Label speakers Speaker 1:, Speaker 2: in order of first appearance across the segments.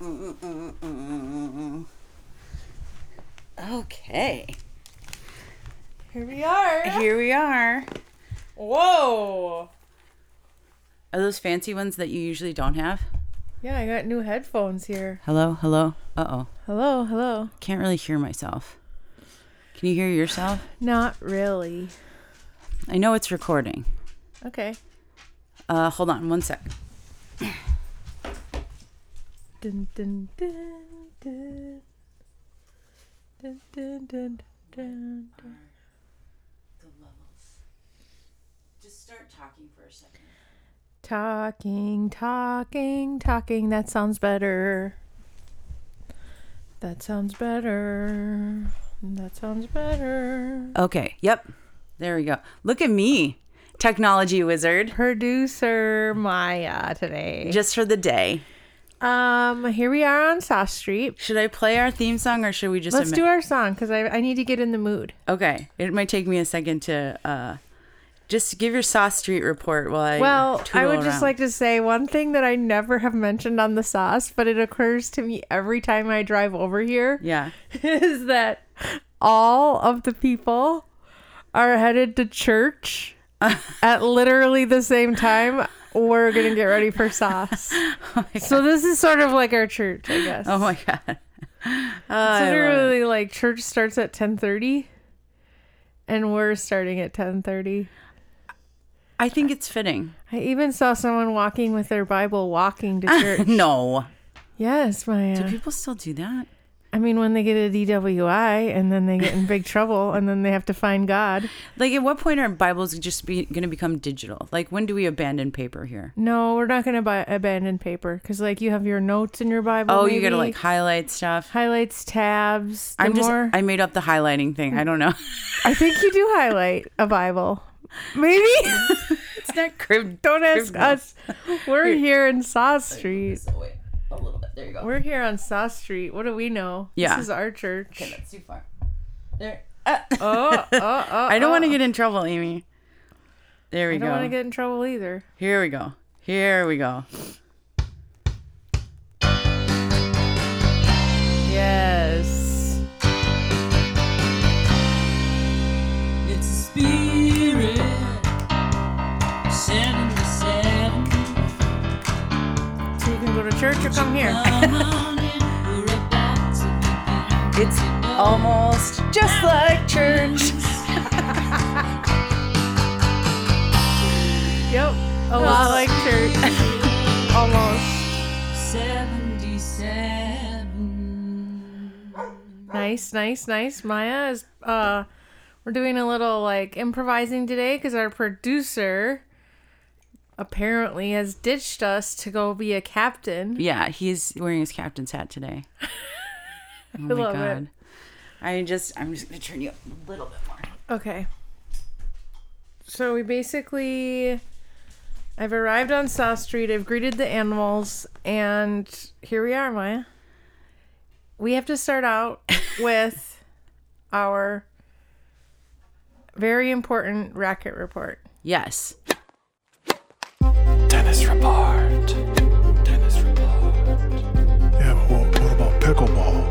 Speaker 1: mm, mm, mm, Okay.
Speaker 2: Here we are.
Speaker 1: Here we are.
Speaker 2: Whoa.
Speaker 1: Are those fancy ones that you usually don't have?
Speaker 2: Yeah, I got new headphones here.
Speaker 1: Hello, hello. Uh oh.
Speaker 2: Hello, hello.
Speaker 1: Can't really hear myself. Can you hear yourself?
Speaker 2: Not really.
Speaker 1: I know it's recording.
Speaker 2: Okay.
Speaker 1: Uh, hold on one sec.
Speaker 2: Dun dun dun dun. Dun dun dun dun. dun.
Speaker 1: The levels. Just start talking for a second.
Speaker 2: Talking, talking, talking. That sounds better. That sounds better. That sounds better.
Speaker 1: Okay. Yep. There we go. Look at me, technology wizard,
Speaker 2: Producer Maya today.
Speaker 1: just for the day.
Speaker 2: Um, here we are on South Street.
Speaker 1: Should I play our theme song or should we just
Speaker 2: Let's
Speaker 1: admit-
Speaker 2: do our song because I, I need to get in the mood.
Speaker 1: Okay. It might take me a second to uh just give your sauce street report while I
Speaker 2: Well, I
Speaker 1: tootle
Speaker 2: would just
Speaker 1: around.
Speaker 2: like to say one thing that I never have mentioned on the sauce, but it occurs to me every time I drive over here
Speaker 1: Yeah.
Speaker 2: is that all of the people are headed to church at literally the same time. We're going to get ready for sauce. so this is sort of like our church, I guess.
Speaker 1: Oh my god.
Speaker 2: It's
Speaker 1: I love
Speaker 2: literally like church starts at 10:30 and we're starting at 10:30.
Speaker 1: I think it's fitting.
Speaker 2: I even saw someone walking with their Bible walking to church.
Speaker 1: No.
Speaker 2: Yes,
Speaker 1: Do
Speaker 2: Maya.
Speaker 1: people still do that?
Speaker 2: I mean, when they get a DWI and then they get in big trouble and then they have to find God.
Speaker 1: Like at what point are Bibles just be gonna become digital? Like when do we abandon paper here?
Speaker 2: No, we're not going to buy abandon paper because, like, you have your notes in your Bible.
Speaker 1: Oh, you gotta
Speaker 2: maybe,
Speaker 1: like highlight stuff.
Speaker 2: highlights, tabs. the
Speaker 1: I'm just
Speaker 2: more-
Speaker 1: I made up the highlighting thing. I don't know.
Speaker 2: I think you do highlight a Bible. Maybe.
Speaker 1: it's not crib
Speaker 2: Don't ask
Speaker 1: criminal.
Speaker 2: us. We're here in Sauce Street.
Speaker 1: This away a little bit. There you go.
Speaker 2: We're here on Sauce Street. What do we know?
Speaker 1: Yeah.
Speaker 2: This is our church.
Speaker 1: Okay, that's too far. There.
Speaker 2: Oh, oh, oh.
Speaker 1: I don't want to get in trouble, Amy. There we
Speaker 2: I
Speaker 1: go.
Speaker 2: don't want to get in trouble either.
Speaker 1: Here we go. Here we go.
Speaker 2: Yes.
Speaker 3: It's a spirit seven to seven.
Speaker 2: So you can go to church or come here.
Speaker 3: Come on in, we're about to be bound.
Speaker 1: It's almost just like church.
Speaker 2: Yep. A lot like church. Almost.
Speaker 3: Seventy-seven.
Speaker 2: Nice, nice, nice. Maya is uh we're doing a little like improvising today because our producer apparently has ditched us to go be a captain.
Speaker 1: Yeah, he's wearing his captain's hat today. Oh my
Speaker 2: love it.
Speaker 1: god. I just I'm just gonna turn you up a little bit more.
Speaker 2: Okay. So we basically I've arrived on South Street, I've greeted the animals, and here we are, Maya. We have to start out with our very important racket report.
Speaker 1: Yes.
Speaker 4: Tennis Report. Tennis Report.
Speaker 5: Yeah, but what, what about pickleball?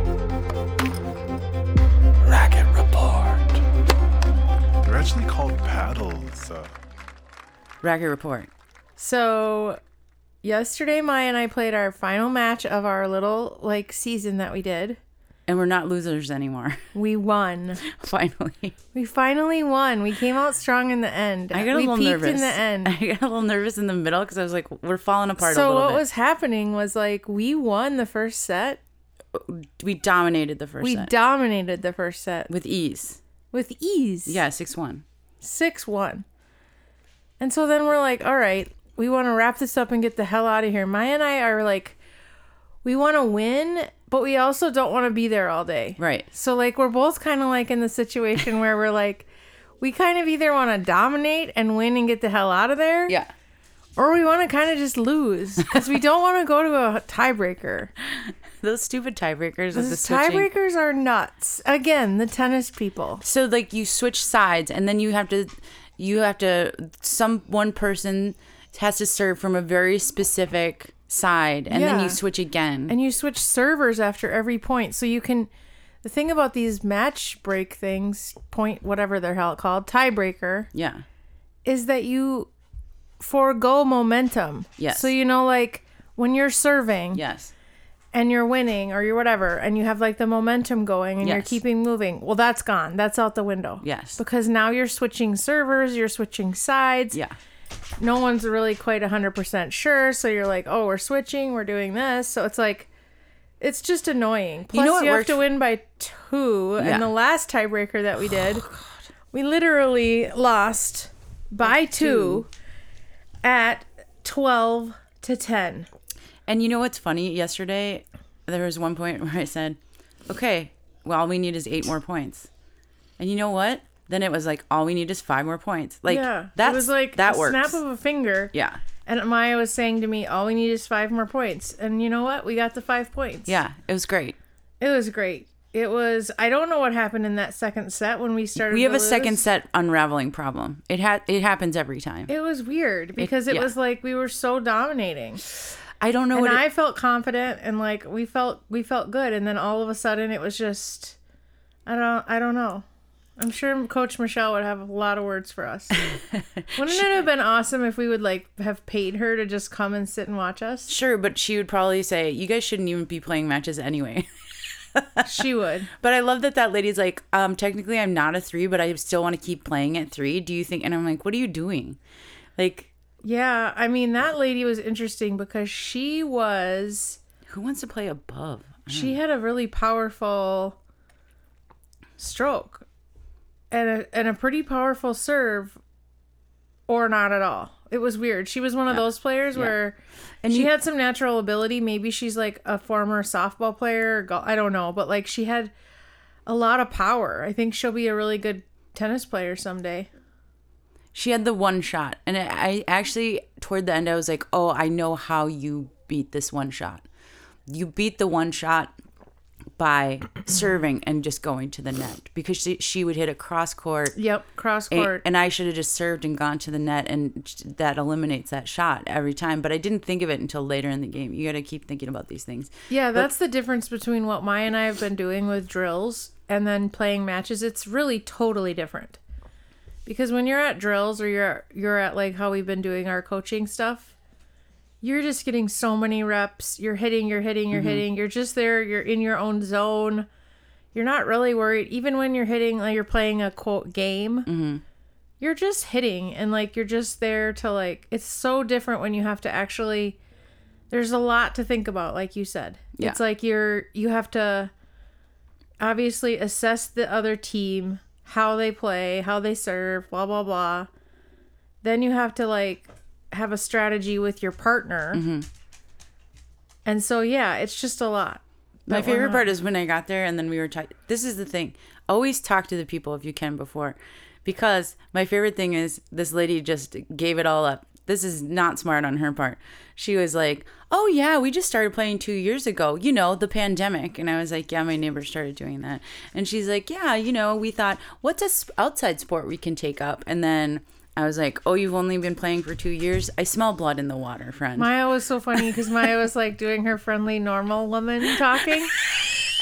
Speaker 4: Racket Report.
Speaker 5: They're actually called paddles. Uh,
Speaker 1: Racket report.
Speaker 2: So yesterday Maya and I played our final match of our little like season that we did.
Speaker 1: And we're not losers anymore.
Speaker 2: We won.
Speaker 1: Finally.
Speaker 2: We finally won. We came out strong in the end.
Speaker 1: I got a
Speaker 2: we
Speaker 1: little
Speaker 2: peaked
Speaker 1: nervous.
Speaker 2: in the end.
Speaker 1: I got a little nervous in the middle because I was like, we're falling apart a
Speaker 2: so
Speaker 1: little
Speaker 2: what
Speaker 1: bit.
Speaker 2: was happening was like we won the first set.
Speaker 1: we dominated the first
Speaker 2: We
Speaker 1: set.
Speaker 2: dominated the first set
Speaker 1: with ease.
Speaker 2: with ease.
Speaker 1: Yeah, six one.
Speaker 2: Six one. And so then we're like, all right, we want to wrap this up and get the hell out of here. Maya and I are like, we want to win, but we also don't want to be there all day.
Speaker 1: Right.
Speaker 2: So like we're both kind of like in the situation where we're like, we kind of either want to dominate and win and get the hell out of there,
Speaker 1: Yeah.
Speaker 2: or we want to kind of just lose because we don't want to go to a tiebreaker.
Speaker 1: Those stupid tiebreakers with the
Speaker 2: Those
Speaker 1: switching.
Speaker 2: tiebreakers are nuts. Again, the tennis people.
Speaker 1: So like you switch sides and then you have to you have to some one person has to serve from a very specific side and then
Speaker 2: Yeah.
Speaker 1: you switch again.
Speaker 2: and you switch servers after every point so you can the thing about these match break things point whatever they're hell called tiebreaker
Speaker 1: yeah.
Speaker 2: is that you forego momentum
Speaker 1: Yes.
Speaker 2: so you know like when you're serving
Speaker 1: Yes.
Speaker 2: and you're winning or you're whatever and you have like the momentum going and you're
Speaker 1: Yes.
Speaker 2: keeping moving well that's gone that's out the window
Speaker 1: Yes.
Speaker 2: because now you're switching servers you're switching sides
Speaker 1: Yeah.
Speaker 2: no one's really quite 100% sure so you're like oh we're switching we're doing this so it's like it's just annoying plus you,
Speaker 1: know what
Speaker 2: have
Speaker 1: worked-
Speaker 2: to win by two
Speaker 1: Yeah. Oh,
Speaker 2: and the last tiebreaker that we did we literally lost by two, at 12 to 10
Speaker 1: And you know what's funny? Yesterday, there was one point where I said, okay, well, all we need is eight more points. And you know what? Then it was like, all we need is five more points. Like,
Speaker 2: yeah
Speaker 1: that's,
Speaker 2: it was like
Speaker 1: that
Speaker 2: a
Speaker 1: works.
Speaker 2: snap of a finger
Speaker 1: yeah.
Speaker 2: and maya was saying to me all we need is five more points and you know what we got the five points
Speaker 1: Yeah. It was great.
Speaker 2: It was great. It was. I don't know what happened in that second set when we started.
Speaker 1: We have
Speaker 2: to
Speaker 1: a second
Speaker 2: lose.
Speaker 1: set unraveling problem. It ha- it happens every time.
Speaker 2: It was weird because it,
Speaker 1: yeah.
Speaker 2: was like we were so dominating,
Speaker 1: I don't know
Speaker 2: and
Speaker 1: what it-
Speaker 2: I felt confident and like we felt we felt good, and then all of a sudden it was just, I don't I don't know. I'm sure Coach Michelle would have a lot of words for us. Wouldn't it have been awesome if we would like have paid her to just come and sit and watch us?
Speaker 1: sure, but she would probably say, you guys shouldn't even be playing matches anyway.
Speaker 2: She would.
Speaker 1: But I love that that lady's like, um, technically I'm not a three, but I still want to keep playing at three. Do you think? And I'm like, what are you doing? Like,
Speaker 2: Yeah, I mean that lady was interesting because she was
Speaker 1: who wants to play above?
Speaker 2: she had a really powerful stroke and a, and a pretty powerful serve or not at all it was weird she was one of those players where and she
Speaker 1: you-
Speaker 2: had some natural ability maybe she's like a former softball player or gol- i don't know but like she had a lot of power i think she'll be a really good tennis player someday
Speaker 1: She had the one shot, and I I actually toward the end I was like, oh, I know how you beat this one shot. You beat the one shot by serving and just going to the net because she, she would hit a cross court
Speaker 2: yep cross
Speaker 1: and,
Speaker 2: court
Speaker 1: and I should have just served and gone to the net, and j- that eliminates that shot every time. But I didn't think of it until later in the game. You got to keep thinking about these things.
Speaker 2: Yeah, that's the difference between what Maya and I have been doing with drills and then playing matches. It's really totally different. Because when you're at drills or you're you're at like how we've been doing our coaching stuff, you're just getting so many reps. You're hitting, you're hitting, you're hitting. You're just there, you're in your own zone. You're not really worried even when you're hitting like you're playing a quote game. You're just hitting and like you're just there to like it's so different when you have to actually there's a lot to think about like you said
Speaker 1: Yeah.
Speaker 2: it's like you're you have to obviously assess the other team how they play how they serve blah blah blah then you have to like have a strategy with your partner and so yeah it's just a lot
Speaker 1: My
Speaker 2: But why
Speaker 1: favorite
Speaker 2: not?
Speaker 1: part is when I got there and then we were talking. This is the thing. Always talk to the people if you can before, because my favorite thing is this lady just gave it all up. This is not smart on her part. She was like, "Oh yeah, we just started playing two years ago. You know, the pandemic." And I was like, "Yeah, my neighbor started doing that." And she's like, "Yeah, you know, we thought what's a s- outside sport we can take up?" And then I was like, "Oh, you've only been playing for two years. I smell blood in the water, friend."
Speaker 2: Maya was so funny because Maya was like doing her friendly normal woman talking.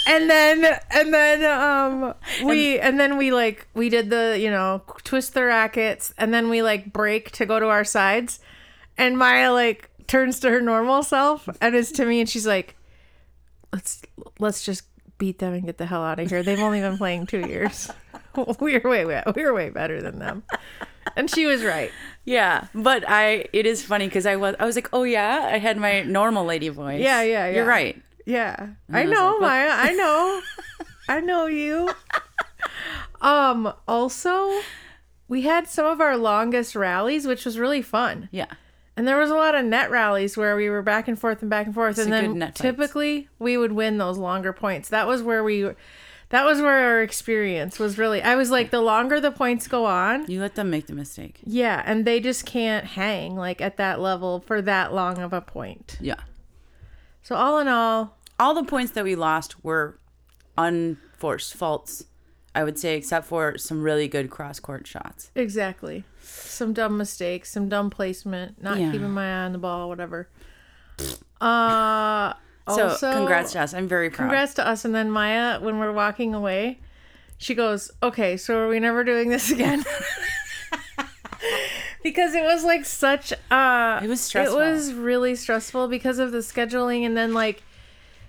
Speaker 2: And then and then um we and, then we like we did the, you know, twist the rackets and then we like break to go to our sides. And Maya like turns to her normal self and is to me and she's like let's let's just beat them and get the hell out of here. They've only been playing 2 years. we were way way we were way better than them. And she was right.
Speaker 1: Yeah, but I it is funny because I was I was like, oh yeah, I had my normal lady voice.
Speaker 2: Yeah, yeah, yeah.
Speaker 1: You're right.
Speaker 2: Yeah. I
Speaker 1: I was
Speaker 2: know,
Speaker 1: like, what?
Speaker 2: Maya. I know. I know you. Um, also, we had some of our longest rallies, which was really fun.
Speaker 1: Yeah,
Speaker 2: And there was a lot of net rallies where we were back and forth and back and forth. and
Speaker 1: a good
Speaker 2: then
Speaker 1: net fights.
Speaker 2: typically we would win those longer points. That was where we that was where our experience was really I was like the longer the points go on,
Speaker 1: you let them make the mistake.
Speaker 2: yeah, and they just can't hang like at that level for that long of a point.
Speaker 1: Yeah,
Speaker 2: So all in all,
Speaker 1: all the points that we lost were unforced faults, I would say, except for some really good cross court shots.
Speaker 2: Exactly. Some dumb mistakes, some dumb placement, not
Speaker 1: Yeah.
Speaker 2: keeping my eye on the ball, whatever. Uh,
Speaker 1: So
Speaker 2: also,
Speaker 1: congrats, Jess. I'm very proud.
Speaker 2: Congrats to us. And then Maya, when we're walking away, she goes, Okay, so are we never doing this again? because it was like such uh
Speaker 1: It was stressful.
Speaker 2: It was really stressful because of the scheduling and then like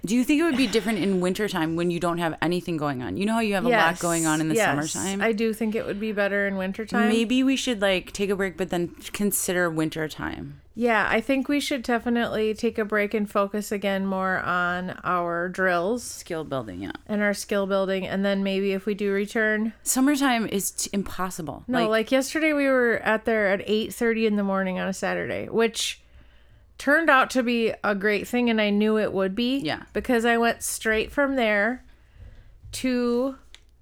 Speaker 1: Do you think it would be different in wintertime when you don't have anything going on? You know how you have a lot
Speaker 2: yes,
Speaker 1: going on in the
Speaker 2: yes,
Speaker 1: summertime?
Speaker 2: I do think it would be better in wintertime.
Speaker 1: Maybe we should like take a break, but then consider wintertime.
Speaker 2: Yeah, I think we should definitely take a break and focus again more on our drills
Speaker 1: Skill building, yeah.
Speaker 2: and our skill building and then maybe if we do return
Speaker 1: Summertime is t- impossible.
Speaker 2: No, Oh, like, yesterday we were at there at 8:30 in the morning on a Saturday, which turned out to be a great thing and I knew it would be.
Speaker 1: Yeah.
Speaker 2: Because I went straight from there to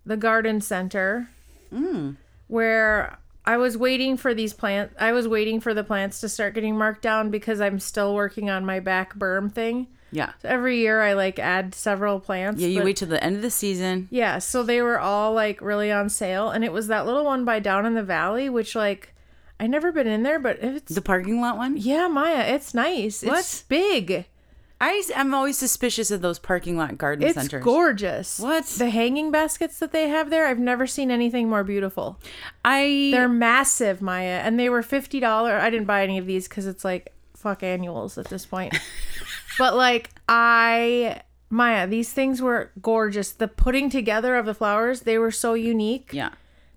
Speaker 2: the garden center
Speaker 1: Mm.
Speaker 2: where I was waiting for these plants. I was waiting for the plants to start getting marked down because I'm still working on my back berm thing.
Speaker 1: yeah.
Speaker 2: Every year I like add several plants.
Speaker 1: Yeah, you
Speaker 2: but-
Speaker 1: wait till the end of the season.
Speaker 2: yeah, so they were all like really on sale, and it was that little one by down in the valley, which like I never been in there, but it's
Speaker 1: The parking lot one?
Speaker 2: yeah, Maya, it's nice. It's
Speaker 1: What?
Speaker 2: big.
Speaker 1: I am always suspicious of those parking lot garden
Speaker 2: It's
Speaker 1: centers.
Speaker 2: gorgeous.
Speaker 1: What?
Speaker 2: the hanging baskets that they have there? I've never seen anything more beautiful.
Speaker 1: I
Speaker 2: They're massive, Maya, and they were fifty dollar. I didn't buy any of these because it's like fuck annuals at this point. but like I, Maya, these things were gorgeous. The putting together of the flowers, they were so unique.
Speaker 1: yeah.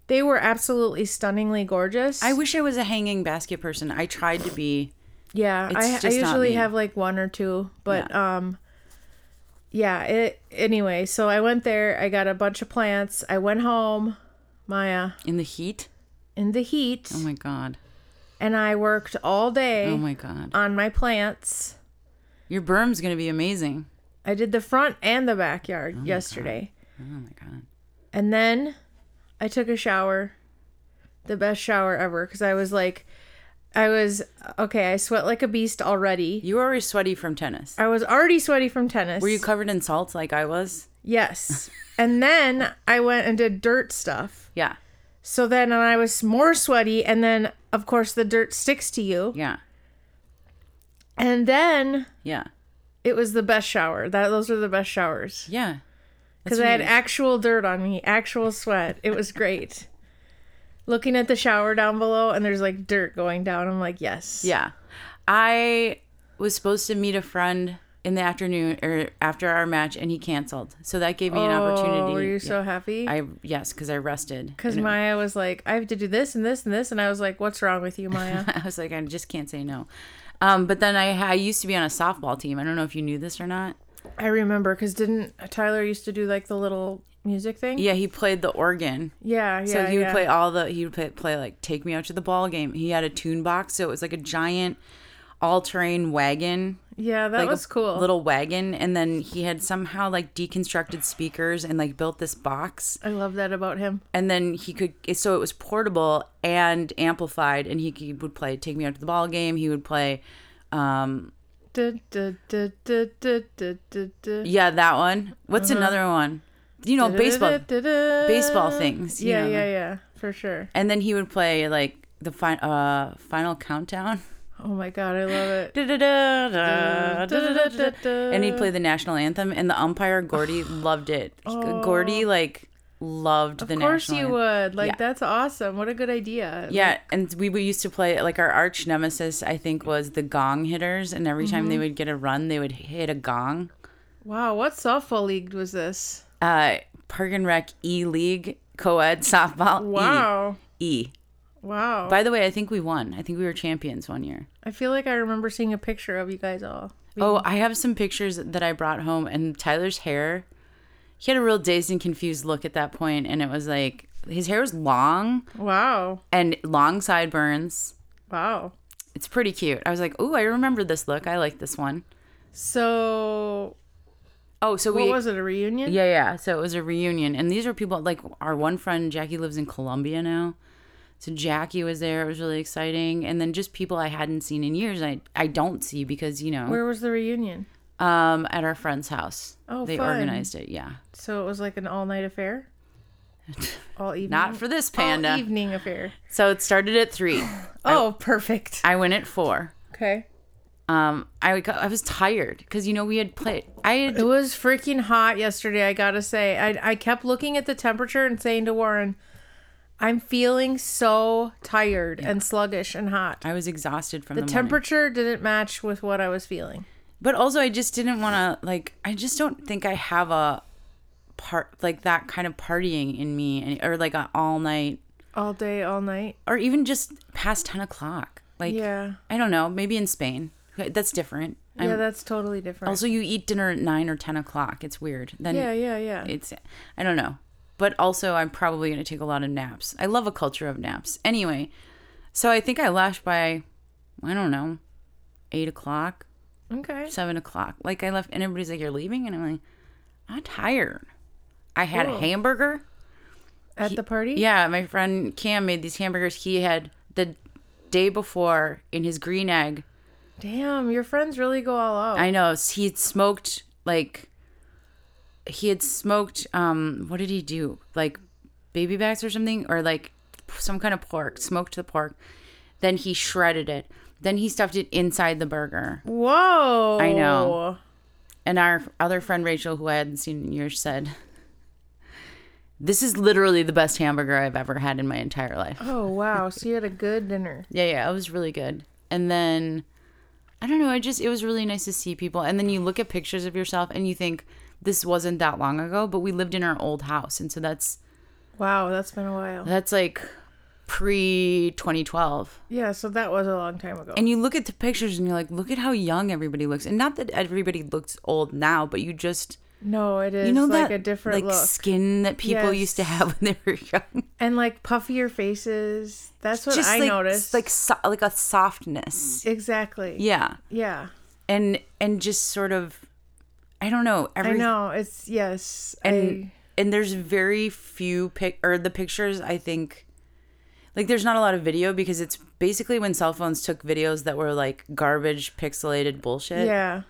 Speaker 2: They were absolutely stunningly gorgeous.
Speaker 1: I wish I was a hanging basket person. I tried to be.
Speaker 2: yeah,
Speaker 1: it's
Speaker 2: I, I
Speaker 1: just not
Speaker 2: usually
Speaker 1: me.
Speaker 2: have like one or two, but um, yeah. It anyway. So I went there. I got a bunch of plants. I went home, Maya,
Speaker 1: In the heat?
Speaker 2: in the heat,
Speaker 1: Oh my god.
Speaker 2: and I worked all day
Speaker 1: Oh my god.
Speaker 2: on my plants.
Speaker 1: Your berm's gonna be amazing.
Speaker 2: I did the front and the backyard yesterday,
Speaker 1: Oh my god.
Speaker 2: and then I took a shower, the best shower ever, because I was like, I was okay. I sweat like a beast already.
Speaker 1: You were already sweaty from tennis.
Speaker 2: I was already sweaty from tennis.
Speaker 1: Were you covered in salt like I was?
Speaker 2: Yes. and then I went and did dirt stuff.
Speaker 1: Yeah.
Speaker 2: So then and I was more sweaty and then of course the dirt sticks to you.
Speaker 1: Yeah.
Speaker 2: And then
Speaker 1: Yeah.
Speaker 2: it was the best shower. That those were the best showers
Speaker 1: Yeah.
Speaker 2: cuz I had
Speaker 1: weird.
Speaker 2: actual dirt on me, actual sweat. It was great. Looking at the shower down below and there's like dirt going down. I'm like, "Yes."
Speaker 1: Yeah. I was supposed to meet a friend in the afternoon or after our match and he canceled. So that gave me an
Speaker 2: Oh,
Speaker 1: opportunity.
Speaker 2: were you
Speaker 1: Yeah.
Speaker 2: so happy?
Speaker 1: I yes, because I rested.
Speaker 2: Cuz
Speaker 1: And it-
Speaker 2: Maya was like, "I have to do this and this and this." And I was like, "What's wrong with you, Maya?"
Speaker 1: I was like, I just can't say no. Um, but then I, I used to be on a softball team. I don't know if you knew this or not.
Speaker 2: I remember because didn't Tyler used to do like the little music thing?
Speaker 1: Yeah, he played the organ.
Speaker 2: yeah, yeah.
Speaker 1: So he would
Speaker 2: yeah.
Speaker 1: play all the he would play, play like "Take Me Out to the Ball Game." He had a tune box, so it was like a giant all-terrain wagon,
Speaker 2: Yeah, that
Speaker 1: like
Speaker 2: was
Speaker 1: a
Speaker 2: cool.
Speaker 1: little wagon, and then he had somehow like deconstructed speakers and like built this box,
Speaker 2: I love that about him.
Speaker 1: and then he could so it was portable and amplified, and he, could- would play "Take Me Out to the Ball Game." He would play, um,
Speaker 2: Du- du- du- du- du- du- du- du.
Speaker 1: yeah, that one. What's
Speaker 2: Mm-hmm.
Speaker 1: another one? You know, baseball.
Speaker 2: Du-du-du-du-du.
Speaker 1: baseball things, you
Speaker 2: Yeah,
Speaker 1: know.
Speaker 2: yeah, yeah, for sure.
Speaker 1: And then he would play like the fi- uh, final countdown.
Speaker 2: Oh my god, I love it.
Speaker 1: and he'd play the national anthem and the umpire gordy loved it gordy like loved the
Speaker 2: Oh. Of course
Speaker 1: national
Speaker 2: you
Speaker 1: anthem.
Speaker 2: would. Like
Speaker 1: Yeah.
Speaker 2: that's awesome. What a good idea.
Speaker 1: yeah and we, we used to play like our arch nemesis i think was the gong hitters and every time
Speaker 2: Mm-hmm.
Speaker 1: they would get a run they would hit a gong
Speaker 2: Wow, what softball league was this?
Speaker 1: uh park and rec e league co-ed softball E.
Speaker 2: Wow.
Speaker 1: e
Speaker 2: Wow.
Speaker 1: by the way i think we won i think we were champions one year
Speaker 2: I feel like I remember seeing a picture of you guys all.
Speaker 1: Oh, I have some pictures that I brought home, and Tyler's hair. He had a real dazed and confused look at that point, and it was like his hair was long
Speaker 2: Wow.
Speaker 1: and long sideburns.
Speaker 2: Wow.
Speaker 1: It's pretty cute. I was like, "Ooh, I remember this look. I like this one."
Speaker 2: So
Speaker 1: Oh, so
Speaker 2: what
Speaker 1: we
Speaker 2: was it, a reunion?
Speaker 1: yeah yeah. So it was a reunion, and these were people like our one friend Jackie lives in Colombia now, so Jackie was there. It was really exciting, and then just people I hadn't seen in years. I I don't see because you know
Speaker 2: Where was the reunion?
Speaker 1: um at our friend's house.
Speaker 2: Oh,
Speaker 1: they
Speaker 2: fun.
Speaker 1: organized it. Yeah.
Speaker 2: So it was like an all night affair? All evening.
Speaker 1: Not for this panda.
Speaker 2: Mm. All evening affair.
Speaker 1: So it started at three.
Speaker 2: Oh, perfect.
Speaker 1: I went at four.
Speaker 2: Okay.
Speaker 1: Um, I would, go- I was tired because you know we had played. I had
Speaker 2: It was freaking hot yesterday, I gotta say. I, I kept looking at the temperature and saying to Warren, I'm feeling so tired and sluggish and hot.
Speaker 1: I was exhausted from
Speaker 2: The
Speaker 1: the, morning.
Speaker 2: temperature didn't match with what I was feeling.
Speaker 1: but also I just didn't want to like I just don't think I have a part like that kind of partying in me and, or like an all night
Speaker 2: All day, all night.
Speaker 1: or even just past 10 o'clock like
Speaker 2: Yeah.
Speaker 1: I don't know maybe in Spain that's different I'm,
Speaker 2: yeah, that's totally different.
Speaker 1: also you eat dinner at 9 or 10 o'clock it's weird then
Speaker 2: yeah, yeah, yeah.
Speaker 1: it's I don't know but also I'm probably going to take a lot of naps I love a culture of naps anyway so I think I left by I don't know 8 o'clock
Speaker 2: okay.
Speaker 1: seven o'clock. Like I left, and everybody's like, "You're leaving," and I'm like, "I'm tired." I had a
Speaker 2: Cool.
Speaker 1: hamburger.
Speaker 2: At the party?
Speaker 1: Yeah, my friend Cam made these hamburgers. He had the day before in his green egg.
Speaker 2: Damn, your friends really go all out.
Speaker 1: I know s- he had smoked like he had smoked. Um, what did he do? Like baby backs or something, or like some kind of pork. Smoked the pork. Then he shredded it. Then he stuffed it inside the burger.
Speaker 2: Whoa.
Speaker 1: I know. And our other friend Rachel, who I hadn't seen in years, said, "This is literally the best hamburger I've ever had in my entire life."
Speaker 2: Oh, wow. So you had a good dinner.
Speaker 1: Yeah, yeah, it was really good. And then I don't know, I just it was really nice to see people. And then you look at pictures of yourself and you think this wasn't that long ago, but we lived in our old house, and so that's
Speaker 2: Wow, that's been a while.
Speaker 1: that's like pre 2012.
Speaker 2: Yeah, so that was a long time ago.
Speaker 1: And you look at the pictures and you're like, "Look at how young everybody looks." And not that everybody looks old now, but you just
Speaker 2: no, it is
Speaker 1: you know
Speaker 2: like
Speaker 1: that
Speaker 2: a different
Speaker 1: like
Speaker 2: look.
Speaker 1: skin that people
Speaker 2: Yes.
Speaker 1: used to have when they were young.
Speaker 2: and like puffier faces. That's what
Speaker 1: Just
Speaker 2: I
Speaker 1: like,
Speaker 2: noticed.
Speaker 1: like so- like a softness.
Speaker 2: exactly.
Speaker 1: Yeah,
Speaker 2: Yeah.
Speaker 1: and and just sort of, I don't know. Every,
Speaker 2: I know. It's yes.
Speaker 1: And
Speaker 2: I,
Speaker 1: and there's very few pic or the pictures. I think, like there's not a lot of video because it's basically when cell phones took videos that were like garbage pixelated bullshit.
Speaker 2: yeah.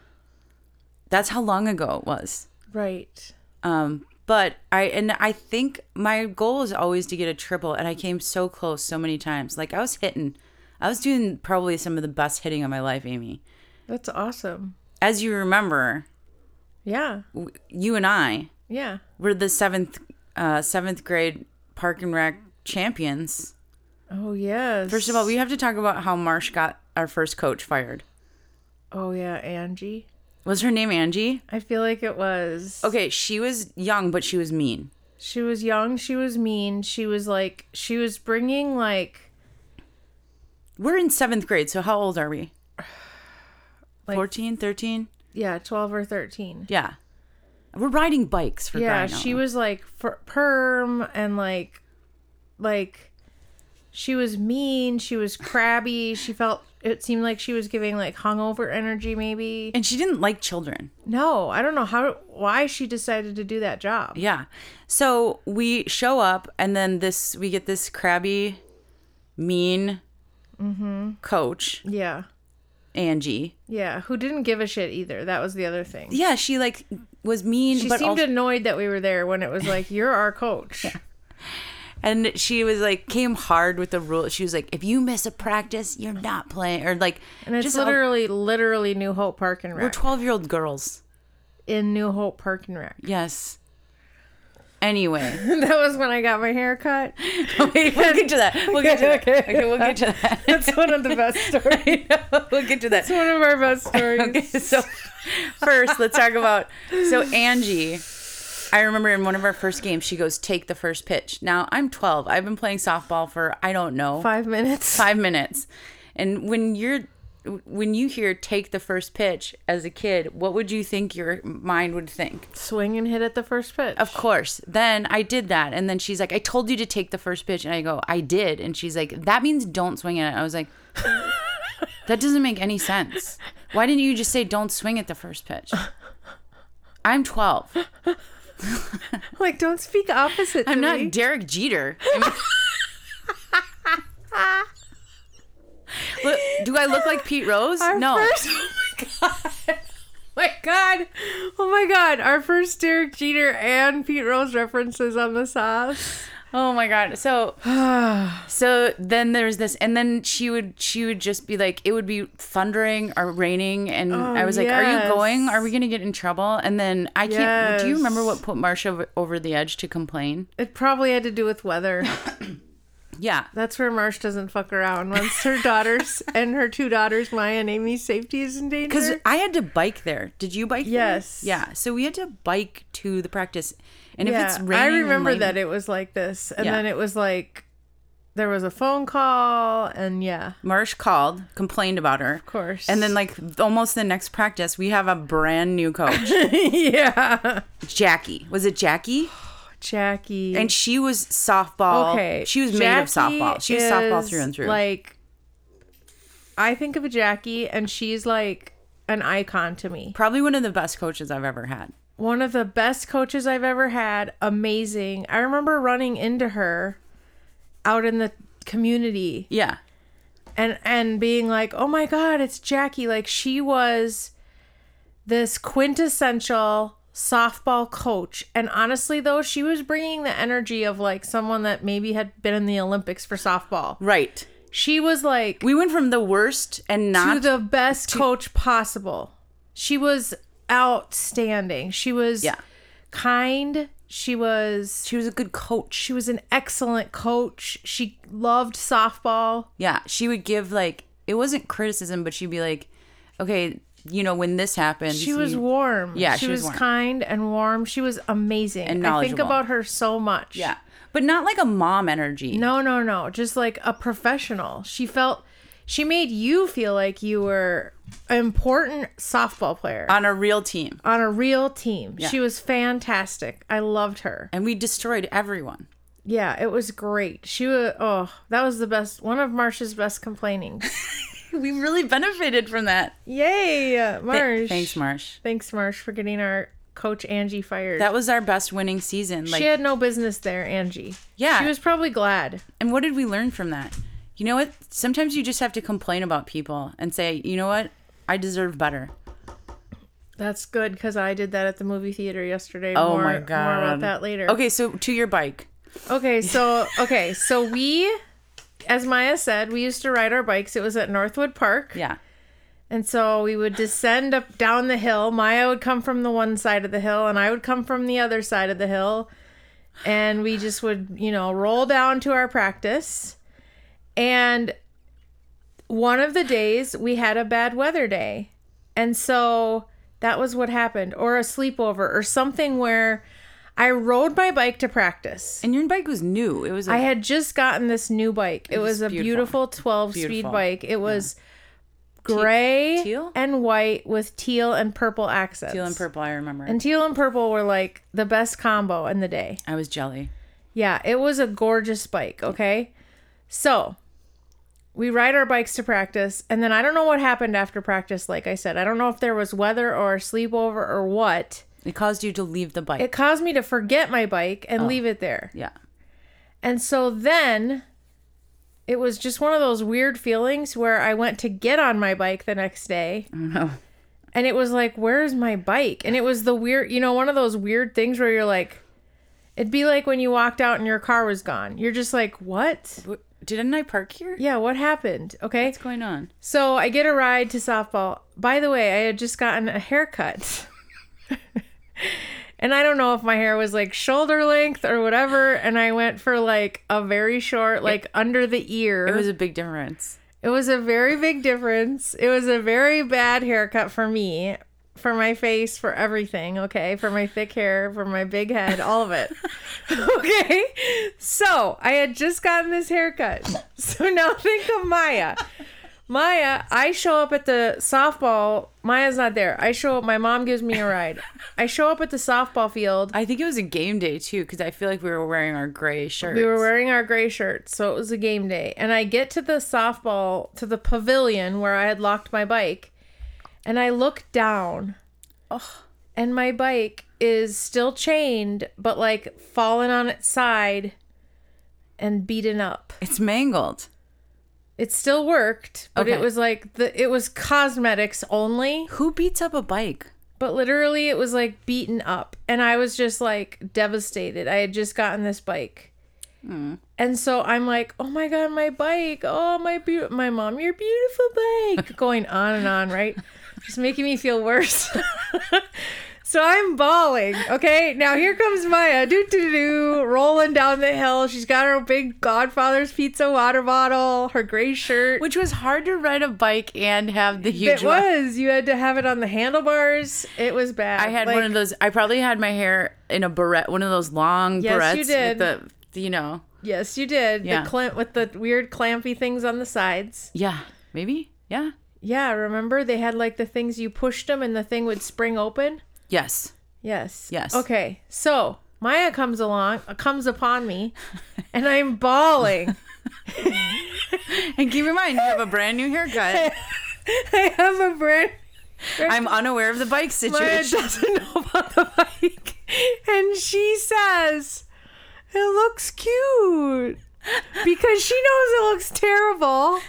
Speaker 1: that's how long ago it was.
Speaker 2: Right.
Speaker 1: Um, but I and I think my goal is always to get a triple, and I came so close so many times. Like I was hitting, I was doing probably some of the best hitting of my life, Amy.
Speaker 2: That's awesome.
Speaker 1: As you remember,
Speaker 2: Yeah.
Speaker 1: w- you and I
Speaker 2: Yeah.
Speaker 1: were the seventh uh, seventh grade park and rec champions.
Speaker 2: Oh yes.
Speaker 1: First of all, we have to talk about how Marsh got our first coach fired.
Speaker 2: Oh yeah, Angie.
Speaker 1: Was her name Angie?
Speaker 2: I feel like it was.
Speaker 1: Okay, she was young, but she was mean.
Speaker 2: She was young. She was mean. She was like. She was bringing like.
Speaker 1: We're in seventh grade, so how old are we?
Speaker 2: Like-
Speaker 1: 14, 13?
Speaker 2: Yeah, twelve or thirteen.
Speaker 1: Yeah. We're riding bikes for
Speaker 2: Yeah,
Speaker 1: crying out
Speaker 2: she
Speaker 1: loud.
Speaker 2: was like for perm and like, like, she was mean. She was crabby. She felt. It seemed like she was giving like hungover energy, maybe.
Speaker 1: and she didn't like children.
Speaker 2: No, I don't know how why she decided to do that job.
Speaker 1: Yeah. So we show up and then this we get this crabby, mean
Speaker 2: Mm-hmm.
Speaker 1: coach,
Speaker 2: Yeah.
Speaker 1: Angie.
Speaker 2: Yeah, who didn't give a shit either. That was the other thing.
Speaker 1: Yeah, she like was mean
Speaker 2: She
Speaker 1: but
Speaker 2: seemed
Speaker 1: also,
Speaker 2: annoyed that we were there when it was like, "You're our coach."
Speaker 1: and she was like came hard with the rule. She was like, if you miss a practice, you're not playing or like
Speaker 2: And it's
Speaker 1: just all-
Speaker 2: literally literally New Hope Park and
Speaker 1: we're
Speaker 2: Rec.
Speaker 1: twelve year old girls.
Speaker 2: in New Hope Park and Rec.
Speaker 1: Yes. Anyway.
Speaker 2: that was when I got my hair cut.
Speaker 1: Wait, we'll get to that. We'll get to that.
Speaker 2: Okay.
Speaker 1: Okay, we'll get to that.
Speaker 2: That's one of the best stories.
Speaker 1: I know. We'll get to that.
Speaker 2: It's one of our best stories.
Speaker 1: Okay, so first, let's talk about so Angie. I remember in one of our first games, she goes, "Take the first pitch." Now I'm 12. I've been playing softball for I don't know five,
Speaker 2: 5 minutes.
Speaker 1: minutes, and when you're when you hear "take the first pitch" as a kid, what would you think your mind would think?
Speaker 2: Swing and hit at the first pitch.
Speaker 1: Of course. Then I did that, and then she's like, "I told you to take the first pitch," and I go, "I did," and she's like, "That means don't swing at it." I was like. That doesn't make any sense. Why didn't you just say don't swing at the first pitch? I'm 12.
Speaker 2: Like don't speak opposite to
Speaker 1: I'm
Speaker 2: me.
Speaker 1: not Derek Jeter. I mean- Look, do I look like Pete Rose?
Speaker 2: Our
Speaker 1: no.
Speaker 2: first- oh my god. Oh my god. Oh my god. Our first Derek Jeter and Pete Rose references on the sauce.
Speaker 1: Oh my god. So so then there's this and then she would she would just be like it would be thundering or raining and I was like, Are
Speaker 2: Oh, yes.
Speaker 1: you going? Are we gonna get in trouble? And then I can't do you remember
Speaker 2: Yes.
Speaker 1: what put Marsha over- over the edge to complain?
Speaker 2: It probably had to do with weather.
Speaker 1: Yeah.
Speaker 2: That's where Marsh doesn't fuck around. Once her daughters and her two daughters, Maya and Amy's safety is in danger.
Speaker 1: Because I had to bike there. Did you bike? there?
Speaker 2: Yes.
Speaker 1: Yeah. So we had to bike to the practice, and if
Speaker 2: yeah,
Speaker 1: it's raining,
Speaker 2: I remember
Speaker 1: like-
Speaker 2: that it was like this, and
Speaker 1: Yeah.
Speaker 2: then it was like there was a phone call, and yeah,
Speaker 1: Marsh called, complained about her, of
Speaker 2: course.
Speaker 1: and then like almost the next practice, we have a brand new coach,
Speaker 2: yeah,
Speaker 1: Jackie. Was it Jackie?
Speaker 2: Jackie.
Speaker 1: And she was softball.
Speaker 2: okay,
Speaker 1: She was made of
Speaker 2: Jackie
Speaker 1: softball. She was softball
Speaker 2: is,
Speaker 1: through and through.
Speaker 2: Like, I think of a Jackie, and she's like an icon to me.
Speaker 1: probably one of the best coaches I've ever had.
Speaker 2: one of the best coaches I've ever had. Amazing. I remember running into her out in the community
Speaker 1: Yeah.
Speaker 2: and and being like, "Oh my god, it's Jackie." Like she was this quintessential softball coach. And honestly though, she was bringing the energy of like someone that maybe had been in the Olympics for softball.
Speaker 1: Right.
Speaker 2: She was like
Speaker 1: We went from the worst and not
Speaker 2: to the best coach possible. She was outstanding. She was
Speaker 1: Yeah.
Speaker 2: kind. She was
Speaker 1: She was a good coach.
Speaker 2: she was an excellent coach. She loved softball.
Speaker 1: Yeah, she would give like it wasn't criticism, but she'd be like, "Okay, you know when this happens."
Speaker 2: She was
Speaker 1: you-
Speaker 2: warm.
Speaker 1: Yeah,
Speaker 2: she,
Speaker 1: she was
Speaker 2: was,
Speaker 1: warm.
Speaker 2: kind and warm. She was amazing.
Speaker 1: And
Speaker 2: I think
Speaker 1: knowledgeable.
Speaker 2: about her so much.
Speaker 1: yeah, but not like a mom energy.
Speaker 2: No, no, no. Just like a professional. She felt she made you feel like you were an important softball player
Speaker 1: on a real team,
Speaker 2: on a real team. She was fantastic. I loved her.
Speaker 1: and we destroyed everyone.
Speaker 2: Yeah, it was great. She was oh, that was the best one of Marsha's best complainings.
Speaker 1: We really benefited from that.
Speaker 2: Yay, uh,
Speaker 1: Th-
Speaker 2: Marsh.
Speaker 1: Thanks, Marsh.
Speaker 2: Thanks, Marsh, for getting our coach Angie fired.
Speaker 1: That was our best winning season. Like,
Speaker 2: she had no business there, Angie.
Speaker 1: Yeah.
Speaker 2: She was probably glad.
Speaker 1: and what did we learn from that? You know what? Sometimes you just have to complain about people and say, "You know what? I deserve better."
Speaker 2: That's good because I did that at the movie theater yesterday.
Speaker 1: Oh
Speaker 2: more,
Speaker 1: my god.
Speaker 2: More about that later.
Speaker 1: Okay, so to your bike.
Speaker 2: Okay, so okay, so we as Maya said, we used to ride our bikes. It was at Northwood Park.
Speaker 1: Yeah.
Speaker 2: And so we would descend up down the hill. Maya would come from the one side of the hill, and I would come from the other side of the hill. And we just would, you know, roll down to our practice. And one of the days we had a bad weather day. And so that was what happened, or a sleepover, or something where I rode my bike to practice.
Speaker 1: And your bike was new. It was.
Speaker 2: I
Speaker 1: a-
Speaker 2: had just gotten this new bike. It was, a
Speaker 1: beautiful.
Speaker 2: beautiful 12 speed
Speaker 1: Beautiful.
Speaker 2: bike. It was gray
Speaker 1: teal?
Speaker 2: and white with teal and purple accents.
Speaker 1: teal and purple. I remember.
Speaker 2: And teal and purple were like the best combo in the day.
Speaker 1: I was jelly.
Speaker 2: Yeah, it was a gorgeous bike, okay? So, we ride our bikes to practice, and then I don't know what happened after practice, like I said. I don't know if there was weather or a sleepover or what.
Speaker 1: It caused you to leave the bike.
Speaker 2: It caused me to forget my bike
Speaker 1: Oh.
Speaker 2: and leave it there.
Speaker 1: yeah.
Speaker 2: And so then it was just one of those weird feelings where I went to get on my bike the next day. And it was like, where's my bike? And it was the weird, you know, one of those weird things where you're like, it'd be like when you walked out and your car was gone. You're just like, what?
Speaker 1: Wh- Didn't I park here?
Speaker 2: Yeah, what happened? Okay.
Speaker 1: What's going on?
Speaker 2: So I get a ride to softball. By the way, I had just gotten a haircut. and I don't know if my hair was like shoulder length or whatever. And I went for like a very short, like under the ear.
Speaker 1: It was a big difference.
Speaker 2: It was a very big difference. It was a very bad haircut for me, for my face, for everything, okay? For my thick hair, for my big head, all of it. okay? So, I had just gotten this haircut. So now think of Maya. Maya, I show up at the softball. Maya's not there. I show up. My mom gives me a ride. I show up at the softball field.
Speaker 1: I think it was a game day too, because I feel like we were wearing our gray shirts.
Speaker 2: We were wearing our gray shirts, so it was a game day. And I get to the softball, to the pavilion where I had locked my bike, and I look down. And my bike is still chained, but like fallen on its side and beaten up.
Speaker 1: It's mangled.
Speaker 2: It still worked, but it
Speaker 1: Okay.
Speaker 2: was like the it was cosmetics only.
Speaker 1: Who beats up a bike?
Speaker 2: But literally, it was like beaten up. And I was just like devastated. I had just gotten this bike.
Speaker 1: Mm.
Speaker 2: And so I'm like, oh my god, my bike! Oh my, beau my mom, your beautiful bike! Going on and on, right? Just making me feel worse. so I'm bawling. Okay, now here comes Maya, doo doo doo, rolling down the hill. She's got her big Godfather's pizza water bottle, her gray shirt.
Speaker 1: Which was hard to ride a bike and have the huge
Speaker 2: it
Speaker 1: one.
Speaker 2: was. You had to have it on the handlebars. It was bad.
Speaker 1: I had
Speaker 2: Like,
Speaker 1: one of those. I probably had my hair in a barrette, one of those long
Speaker 2: Yes, you
Speaker 1: barrettes
Speaker 2: did.
Speaker 1: with the, you know,
Speaker 2: Yes, you did.
Speaker 1: Yeah.
Speaker 2: The clamp with the weird clampy things on the sides.
Speaker 1: yeah, maybe, yeah,
Speaker 2: Yeah, remember they had like the things you pushed them and the thing would spring open?
Speaker 1: yes,
Speaker 2: Yes.
Speaker 1: Yes.
Speaker 2: Okay. So Maya comes along, uh, comes upon me, and I'm bawling.
Speaker 1: And keep in mind, you have a brand new haircut.
Speaker 2: I have a brand.
Speaker 1: I'm unaware of the bike
Speaker 2: Maya
Speaker 1: situation.
Speaker 2: doesn't know about the bike, and she says, "It looks cute." Because she knows it looks terrible,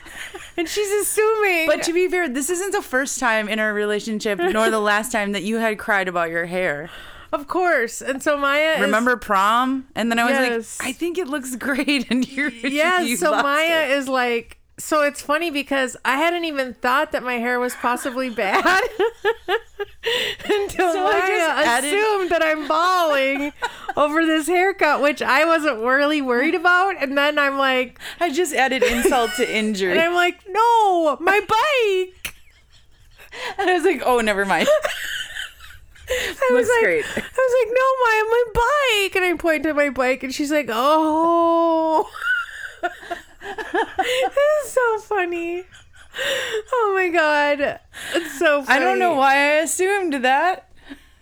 Speaker 2: and she's assuming.
Speaker 1: But to be fair, this isn't the first time in our relationship, nor the last time that you had cried about your hair.
Speaker 2: of course, and so Maya is-
Speaker 1: Remember prom? And then I was
Speaker 2: Yes.
Speaker 1: like, I think it looks great, and you're
Speaker 2: Yeah,
Speaker 1: you
Speaker 2: so
Speaker 1: lost
Speaker 2: Maya
Speaker 1: it.
Speaker 2: is like, so it's funny because I hadn't even thought that my hair was possibly bad until
Speaker 1: So I
Speaker 2: Maya
Speaker 1: just added-
Speaker 2: assumed that I'm bawling over this haircut, which I wasn't really worried about. And then I'm like,
Speaker 1: I just added insult to injury.
Speaker 2: uh, and I'm like, no, my bike.
Speaker 1: And I was like, oh, never mind.
Speaker 2: I was
Speaker 1: Looks
Speaker 2: like,
Speaker 1: great.
Speaker 2: I was like, no, Maya, my bike. And I point to my bike, and she's like, oh. this is so funny. Oh my god, it's so. funny.
Speaker 1: I don't know why I assumed that.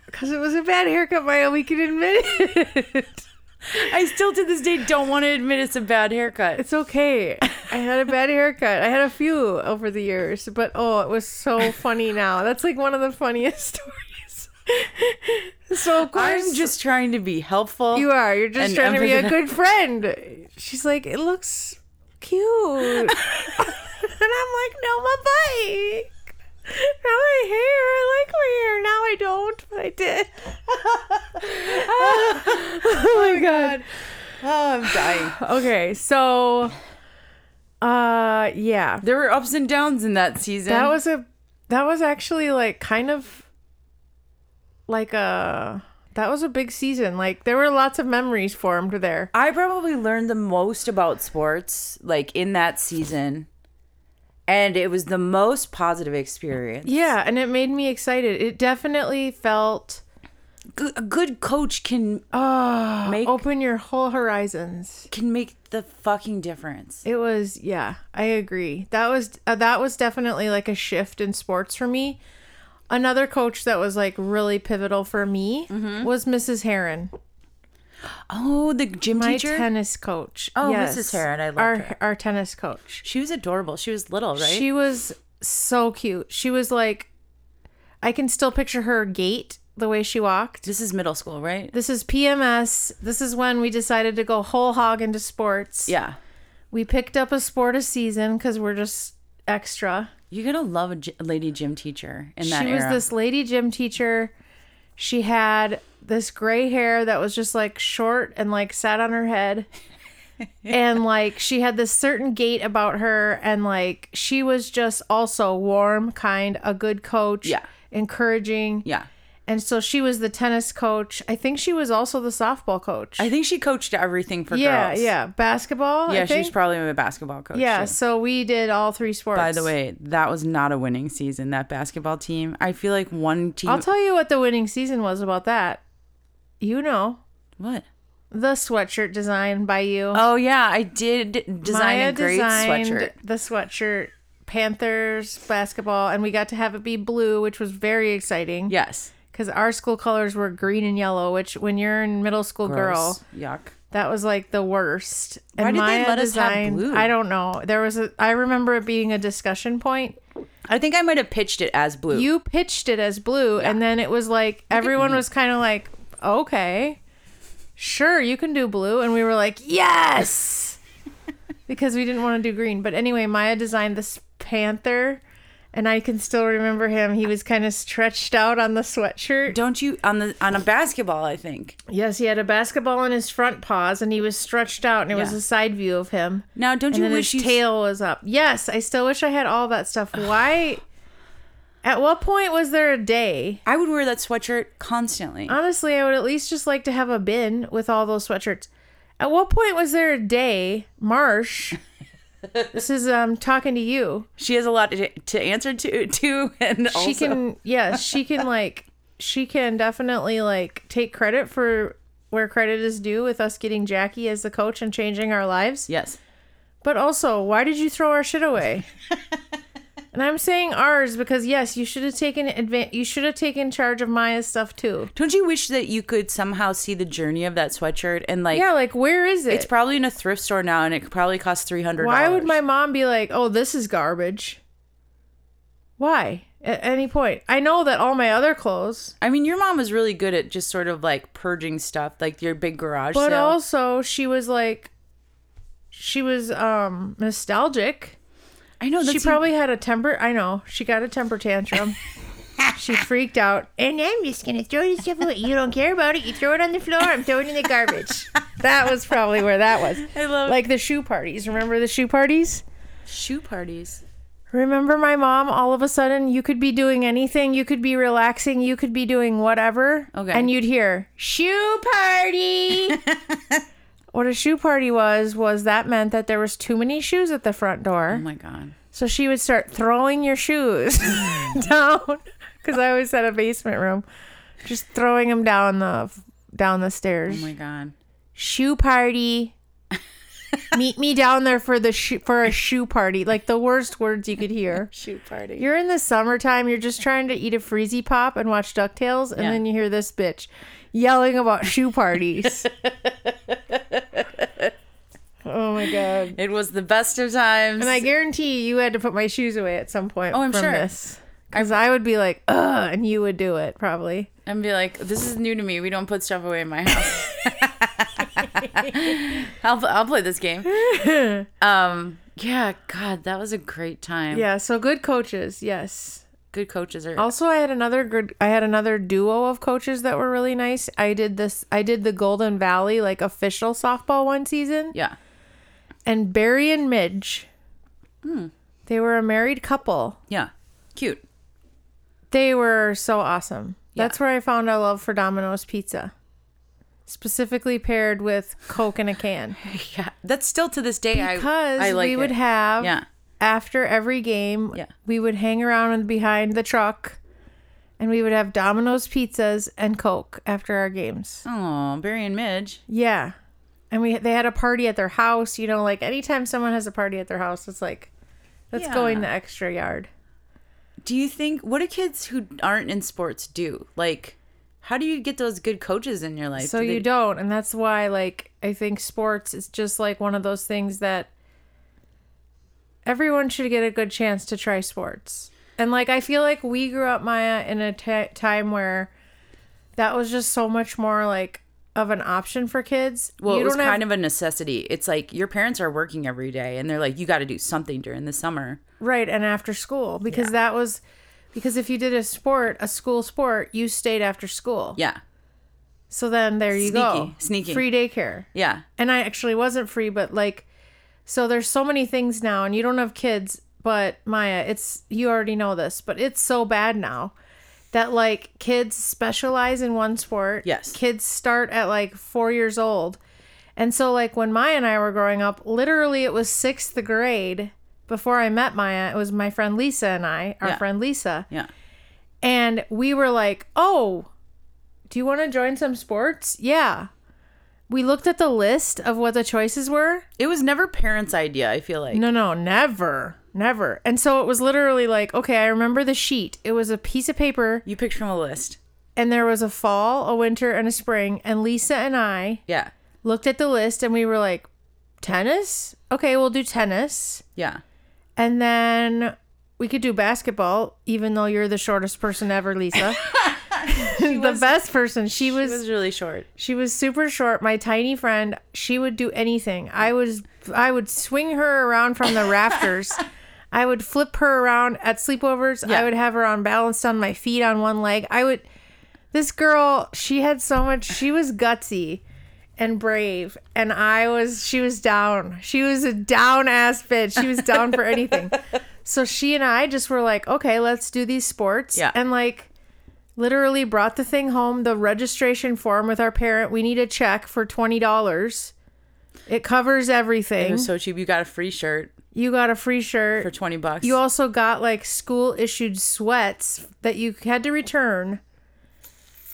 Speaker 2: because it was a bad haircut, Maya. We can admit it.
Speaker 1: I still to this day don't want to admit it's a bad haircut.
Speaker 2: It's okay. I had a bad haircut. I had a few over the years, but oh, it was so funny now. That's like one of the funniest stories. so of course,
Speaker 1: I'm just trying to be helpful.
Speaker 2: You are. You're just
Speaker 1: And
Speaker 2: trying to be a
Speaker 1: empathetic.
Speaker 2: good friend. She's like, it looks cute. and I'm like, no, my bike. Now my hair. I like my hair. Now I don't, but I did. oh my god.
Speaker 1: Oh, I'm dying.
Speaker 2: Okay, so uh yeah.
Speaker 1: There were ups and downs in that season.
Speaker 2: That was a that was actually like kind of like a that was a big season. Like there were lots of memories formed there.
Speaker 1: I probably learned the most about sports like in that season. And it was the most positive experience.
Speaker 2: Yeah, and it made me excited. It definitely felt
Speaker 1: G- a good coach can
Speaker 2: oh,
Speaker 1: Make-
Speaker 2: open your whole horizons.
Speaker 1: can make the fucking difference.
Speaker 2: It was yeah, I agree. That was uh, that was definitely like a shift in sports for me. Another coach that was like really pivotal for me
Speaker 1: Mm-hmm.
Speaker 2: was Mrs. Heron,
Speaker 1: Oh, the gym
Speaker 2: my
Speaker 1: teacher.
Speaker 2: tennis coach.
Speaker 1: Oh, Mrs. Heron, I loved
Speaker 2: our
Speaker 1: her.
Speaker 2: our tennis coach.
Speaker 1: she was adorable. She was little, right?
Speaker 2: She was so cute. She was like, I can still picture her gait, the way she walked.
Speaker 1: this is middle school, right?
Speaker 2: This is PMS. This is when we decided to go whole hog into sports.
Speaker 1: Yeah.
Speaker 2: We picked up a sport a season because we're just extra.
Speaker 1: You're gonna love a gy- lady gym teacher in that
Speaker 2: she
Speaker 1: era.
Speaker 2: was this lady gym teacher. She had this gray hair that was just like short and like sat on her head. and like she had this certain gait about her and like she was just also warm, kind, a good coach,
Speaker 1: Yeah.
Speaker 2: encouraging.
Speaker 1: yeah,
Speaker 2: And so she was the tennis coach. I think she was also the softball coach.
Speaker 1: I think she coached everything for
Speaker 2: yeah,
Speaker 1: girls.
Speaker 2: yeah, basketball.
Speaker 1: yeah.
Speaker 2: I
Speaker 1: She
Speaker 2: think.
Speaker 1: was probably a basketball coach.
Speaker 2: yeah.
Speaker 1: too.
Speaker 2: So we did all three sports.
Speaker 1: By the way, that was not a winning season. That basketball team. I feel like one team.
Speaker 2: I'll tell you what the winning season was about that. You know,
Speaker 1: what?
Speaker 2: the sweatshirt design by you.
Speaker 1: Oh yeah, I did design
Speaker 2: Maya
Speaker 1: a great
Speaker 2: designed
Speaker 1: sweatshirt.
Speaker 2: The sweatshirt Panthers basketball, and we got to have it be blue, which was very exciting.
Speaker 1: Yes,
Speaker 2: Because our school colors were green and yellow, which when you're in middle school, girl,
Speaker 1: Gross. Yuck.
Speaker 2: That was like the worst.
Speaker 1: Why did they let us have blue?
Speaker 2: I don't know. There was a. I remember it being a discussion point.
Speaker 1: I think I might have pitched it as blue.
Speaker 2: You pitched it as blue, and then it was like everyone was kind of like, "Okay, sure, you can do blue," and we were like, "Yes," because we didn't want to do green. But anyway, Maya designed this panther, And I can still remember him. He was kind of stretched out on the sweatshirt.
Speaker 1: Don't you on the on a basketball? I think.
Speaker 2: Yes, he had a basketball in his front paws and he was stretched out and it was
Speaker 1: Yeah.
Speaker 2: a side view of him.
Speaker 1: Now, don't
Speaker 2: and
Speaker 1: you
Speaker 2: then
Speaker 1: wish you
Speaker 2: his tail was up. Yes, I still wish I had all that stuff. Why? At what point was there a day?
Speaker 1: I would wear that sweatshirt constantly.
Speaker 2: Honestly, I would at least just like to have a bin with all those sweatshirts. At what point was there a day, Marsh? this is um talking to you.
Speaker 1: she has a lot to, to answer to, too, and also
Speaker 2: She can yes, she can like she can definitely like take credit for where credit is due with us getting Jackie as the coach and changing our lives.
Speaker 1: yes,
Speaker 2: But also, why did you throw our shit away? and I'm saying ours because yes, you should have taken advan- you should have taken charge of Maya's stuff too.
Speaker 1: Don't you wish that you could somehow see the journey of that sweatshirt and like
Speaker 2: Yeah, like where is it?
Speaker 1: it's probably in a thrift store now and it probably costs three hundred.
Speaker 2: Why would my mom be like, "Oh, this is garbage"? Why? At any point, I know that all my other clothes,
Speaker 1: I mean, your mom was really good at just sort of like purging stuff, like your big garage
Speaker 2: but
Speaker 1: sale.
Speaker 2: also she was like, she was um nostalgic.
Speaker 1: I know
Speaker 2: she
Speaker 1: that's
Speaker 2: probably had a temper. I know she got a temper tantrum. she freaked out, and I'm just gonna throw this stuff away. You don't care about it. You throw it on the floor. I'm throwing it in the garbage. that was probably where that was.
Speaker 1: I love like
Speaker 2: Like the shoe parties. Remember the shoe parties?
Speaker 1: shoe parties.
Speaker 2: Remember my mom? All of a sudden, you could be doing anything. You could be relaxing. You could be doing whatever.
Speaker 1: Okay.
Speaker 2: And you'd hear shoe party. what a shoe party was was that meant that there was too many shoes at the front door.
Speaker 1: Oh my god.
Speaker 2: So she would start throwing your shoes down because I always had a basement room, just throwing them down the down the
Speaker 1: Oh
Speaker 2: stairs.
Speaker 1: my god.
Speaker 2: shoe party. Meet me down there for the shoe for a shoe party. Like the worst words you could hear.
Speaker 1: Shoe party.
Speaker 2: You're in the summertime. You're just trying to eat a freezy pop and watch Ducktales, and
Speaker 1: Yeah.
Speaker 2: then you hear this bitch yelling about shoe parties. oh my god.
Speaker 1: it was the best of times.
Speaker 2: And I guarantee you had to put my shoes away at some point.
Speaker 1: Oh, I'm
Speaker 2: from
Speaker 1: sure.
Speaker 2: This. Because I would be like, ugh, and you would do it probably.
Speaker 1: and be like, "This is new to me. We don't put stuff away in my house." I'll I'll play this game. Um, yeah, God, that was a great time.
Speaker 2: Yeah. Oh. So good coaches, yes.
Speaker 1: good coaches are.
Speaker 2: Also, I had another good. I had another duo of coaches that were really nice. I did this. I did the Golden Valley like official softball one season,
Speaker 1: yeah,
Speaker 2: and Barry and Midge.
Speaker 1: Hmm.
Speaker 2: They were a married couple.
Speaker 1: yeah, cute.
Speaker 2: They were so awesome.
Speaker 1: Yeah.
Speaker 2: That's where I found our love for Domino's pizza, specifically paired with Coke in a can.
Speaker 1: Yeah, that's still to this day. I-
Speaker 2: because
Speaker 1: I, like
Speaker 2: we
Speaker 1: it.
Speaker 2: would have
Speaker 1: Yeah.
Speaker 2: after every game
Speaker 1: Yeah.
Speaker 2: we would hang around and behind the truck and we would have domino's pizzas and coke after our games
Speaker 1: Oh, Barry and Midge.
Speaker 2: yeah and we they had a party at their house you know like anytime someone has a party at their house it's like that's
Speaker 1: Yeah.
Speaker 2: going the extra yard
Speaker 1: Do you think what do kids who aren't in sports do? Like, how do you get those good coaches in your life?
Speaker 2: so
Speaker 1: Do they-
Speaker 2: you don't and that's why like i think sports is just like one of those things that everyone should get a good chance to try sports and like i feel like we grew up maya in a ti time where that was just so much more like of an option for kids
Speaker 1: Well,
Speaker 2: you
Speaker 1: it was
Speaker 2: have-
Speaker 1: kind of a necessity. It's like your parents are working every day, and they're like, you got to do something during the summer.
Speaker 2: right and after school because that was because if you did a sport a school sport you stayed after school
Speaker 1: Yeah,
Speaker 2: so then there you go
Speaker 1: Sneaky, sneaky.
Speaker 2: free daycare
Speaker 1: yeah,
Speaker 2: and I actually wasn't free, but like, so there's so many things now, and you don't have kids, but Maya, it's you already know this, but it's so bad now that like kids specialize in one sport.
Speaker 1: Yes.
Speaker 2: Kids start at like four years old. And so, like, when Maya and I were growing up, literally it was sixth grade before I met Maya. It was my friend Lisa and I, our
Speaker 1: Yeah.
Speaker 2: friend Lisa.
Speaker 1: yeah.
Speaker 2: And we were like, oh, do you want to join some sports? Yeah. We looked at the list of what the choices were.
Speaker 1: It was never parents' idea. I feel like
Speaker 2: No, no, never, never. And so it was literally like, okay, I remember the sheet. It was a piece of paper,
Speaker 1: you picked from a list.
Speaker 2: and there was a fall, a winter, and a spring. And Lisa and I
Speaker 1: Yeah,
Speaker 2: looked at the list and we were like, tennis? Okay, we'll do tennis.
Speaker 1: yeah.
Speaker 2: And then we could do basketball, even though you're the shortest person ever, Lisa. the best person. She
Speaker 1: It
Speaker 2: was,
Speaker 1: was really short.
Speaker 2: She was super short. My tiny friend, she would do anything. I was I would swing her around from the rafters. I would flip her around at sleepovers.
Speaker 1: Yeah.
Speaker 2: I would have her on balanced on my feet on one leg. I would. This girl, she had so much. She was gutsy and brave, and I was. She was down. She was a down ass bitch. She was down for anything. So she and I just were like, okay, let's do these sports.
Speaker 1: Yeah.
Speaker 2: And like, literally brought the thing home, the registration form with our parent. We need a check for twenty dollars. It covers everything.
Speaker 1: It was so cheap. You got a free shirt
Speaker 2: you got a free
Speaker 1: for
Speaker 2: shirt.
Speaker 1: twenty bucks.
Speaker 2: you also got like school issued sweats that you had to return,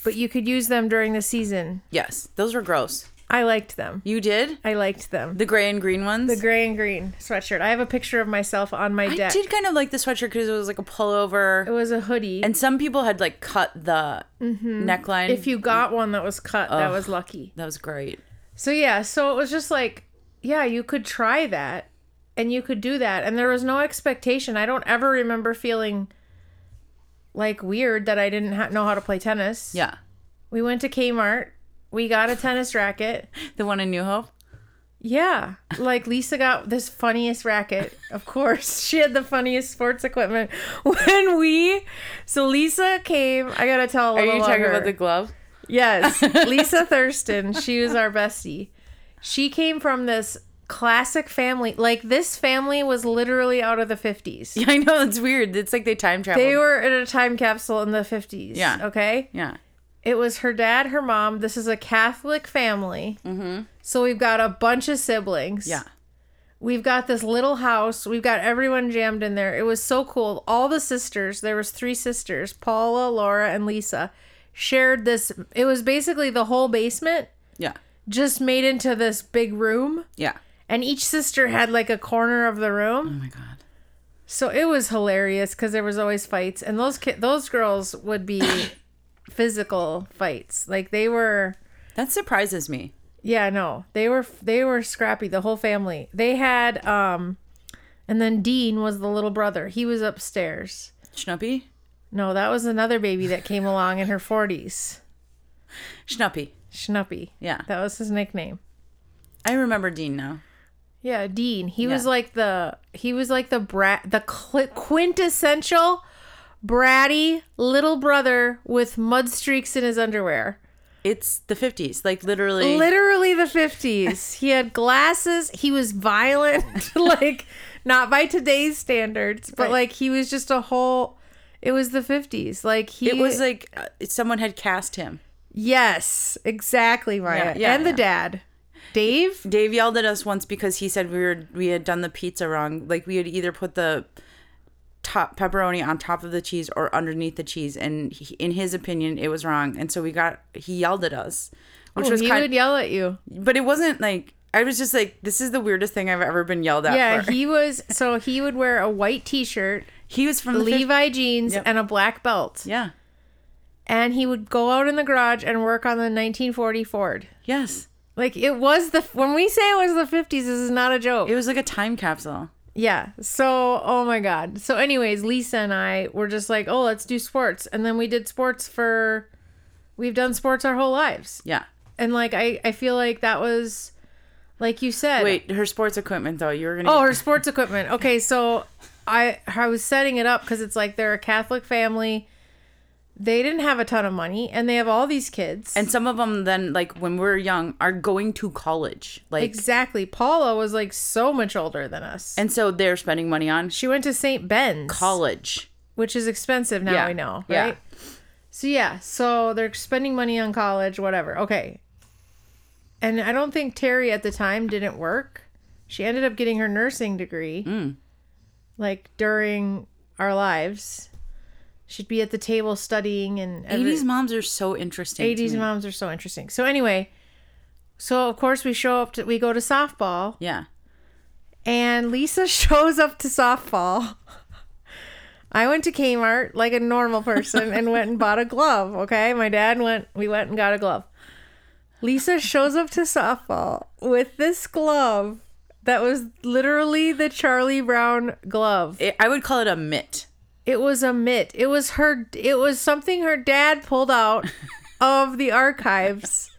Speaker 2: but you could use them during the season.
Speaker 1: yes, those were gross.
Speaker 2: I liked them.
Speaker 1: You did
Speaker 2: I liked them.
Speaker 1: the gray and green ones.
Speaker 2: The gray and green sweatshirt. I have a picture of myself on my
Speaker 1: I
Speaker 2: deck.
Speaker 1: did kind of like the sweatshirt because it was like a
Speaker 2: It
Speaker 1: pullover,
Speaker 2: was a hoodie.
Speaker 1: and some people had like cut the Mm-hmm. neckline.
Speaker 2: if you got one that was cut, that was lucky.
Speaker 1: that was great.
Speaker 2: So yeah, so it was just like, yeah, you could try that and you could do that and there was no expectation. I don't ever remember feeling like weird that I didn't ha- know how to play tennis.
Speaker 1: Yeah,
Speaker 2: We went to Kmart, we got a tennis racket.
Speaker 1: the one in New Hope.
Speaker 2: Yeah, like Lisa got this funniest racket. Of course, she had the funniest sports equipment. When we, so Lisa came. I gotta tell. A
Speaker 1: Are you
Speaker 2: little
Speaker 1: talking
Speaker 2: her.
Speaker 1: about the glove?
Speaker 2: Yes, Lisa Thurston. She was our bestie. She came from this classic family. Like this family was literally out of the 50s.
Speaker 1: Yeah, I know it's weird. It's like they time travel.
Speaker 2: They were in a time capsule in the 50s.
Speaker 1: Yeah.
Speaker 2: Okay.
Speaker 1: yeah,
Speaker 2: It was her dad, her mom. This is a Catholic family. Mm-hmm. So we've got a bunch of siblings.
Speaker 1: yeah.
Speaker 2: We've got this little house. We've got everyone jammed in there. It was so cool. All the sisters, there was three sisters, Paula, Laura, and Lisa, shared this. It was basically the whole basement
Speaker 1: Yeah.
Speaker 2: just made into this big room
Speaker 1: Yeah.
Speaker 2: and each sister had like a corner of the room
Speaker 1: Oh my god.
Speaker 2: so it was hilarious because there was always fights and those ki- those girls would be physical fights like they were
Speaker 1: That surprises me.
Speaker 2: yeah no they were they were scrappy the whole family they had um and then dean was the little brother he was upstairs
Speaker 1: Schnuppy?
Speaker 2: no that was another baby that came along in her 40s
Speaker 1: Schnuppy.
Speaker 2: schnuppy
Speaker 1: Yeah.
Speaker 2: that was his nickname
Speaker 1: I remember Dean now.
Speaker 2: Yeah, Dean. He was
Speaker 1: Yeah.
Speaker 2: like the he was like the brat, the cl- quintessential bratty little brother with mud streaks in his underwear.
Speaker 1: It's the 50s, like literally.
Speaker 2: Literally the fifties. he had glasses. He was violent, like not by today's standards, but
Speaker 1: Right.
Speaker 2: like he was just a whole. It was the fifties. Like he
Speaker 1: it was like uh, someone had cast him.
Speaker 2: yes, exactly,
Speaker 1: Yeah,
Speaker 2: Maya,
Speaker 1: yeah,
Speaker 2: and the
Speaker 1: yeah.
Speaker 2: dad, Dave.
Speaker 1: Dave yelled at us once because he said we were we had done the pizza wrong. Like we had either put the top pepperoni on top of the cheese or underneath the cheese, and he, in his opinion, it was wrong. And so we got he yelled at us, which
Speaker 2: Oh,
Speaker 1: was
Speaker 2: he
Speaker 1: kind.
Speaker 2: would yell at you.
Speaker 1: but it wasn't like I was just like this is the weirdest thing I've ever been yelled at.
Speaker 2: Yeah,
Speaker 1: for.
Speaker 2: he was. So he would wear a white T-shirt,
Speaker 1: he was from the fif-
Speaker 2: Levi jeans,
Speaker 1: Yep.
Speaker 2: and a black belt,
Speaker 1: Yeah.
Speaker 2: and he would go out in the garage and work on the 1940 Ford.
Speaker 1: Yes.
Speaker 2: Like it was the when we say it was the 50s, this is not a joke.
Speaker 1: It was like a time capsule.
Speaker 2: yeah. So oh my god. So anyways, Lisa and I were just like, oh, let's do sports, and then we did sports for. We've done sports our whole lives,
Speaker 1: Yeah.
Speaker 2: and like I, I feel like that was, like you said,
Speaker 1: Wait, her sports equipment though. You were gonna.
Speaker 2: Oh, her sports equipment. Okay, so I I was setting it up because it's like they're a Catholic family. They didn't have a ton of money, and they have all these kids.
Speaker 1: And some of them then, like when we're young, are going to college. Like,
Speaker 2: exactly, Paula was like so much older than us.
Speaker 1: and so they're spending money on
Speaker 2: she went to St. Ben's,
Speaker 1: college.
Speaker 2: which is expensive now.
Speaker 1: Yeah,
Speaker 2: I know,
Speaker 1: yeah.
Speaker 2: right? So yeah, so they're spending money on college, whatever. Okay. And I don't think Terry at the time didn't work. She ended up getting her nursing degree.
Speaker 1: Mm.
Speaker 2: Like during our lives, she'd be at the table studying and every-
Speaker 1: 80s moms are so interesting. to
Speaker 2: 80s
Speaker 1: me.
Speaker 2: moms are so interesting. So anyway, so of course we show up to we go to softball
Speaker 1: Yeah.
Speaker 2: and Lisa shows up to softball. I went to Kmart like a normal person and went and bought a glove. Okay, my dad went. We went and got a glove. Lisa shows up to softball with this glove that was literally the Charlie Brown glove.
Speaker 1: It, I would call it a mitt.
Speaker 2: It was a mitt. It was her. It was something her dad pulled out of the archives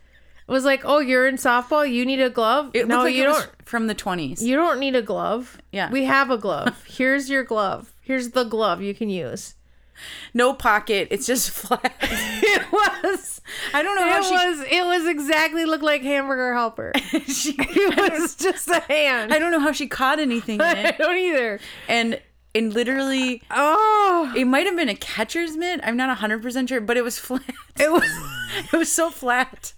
Speaker 2: was like, "Oh, you're in softball. You need a glove.
Speaker 1: It
Speaker 2: no,
Speaker 1: looked like
Speaker 2: you
Speaker 1: it
Speaker 2: don't.
Speaker 1: was from the 20s.
Speaker 2: you don't need a glove.
Speaker 1: Yeah.
Speaker 2: we have a glove. Here's your glove. Here's the glove you can use.
Speaker 1: no pocket. It's just flat.
Speaker 2: It was.
Speaker 1: I don't know
Speaker 2: It
Speaker 1: how she
Speaker 2: was. It was exactly looked like hamburger helper.
Speaker 1: she
Speaker 2: It was just a hand.
Speaker 1: I don't know how she caught anything in
Speaker 2: I
Speaker 1: it.
Speaker 2: don't either.
Speaker 1: And and literally
Speaker 2: Oh,
Speaker 1: it might have been a catcher's mitt. I'm not 100% sure, but it was flat.
Speaker 2: it was.
Speaker 1: It was so flat.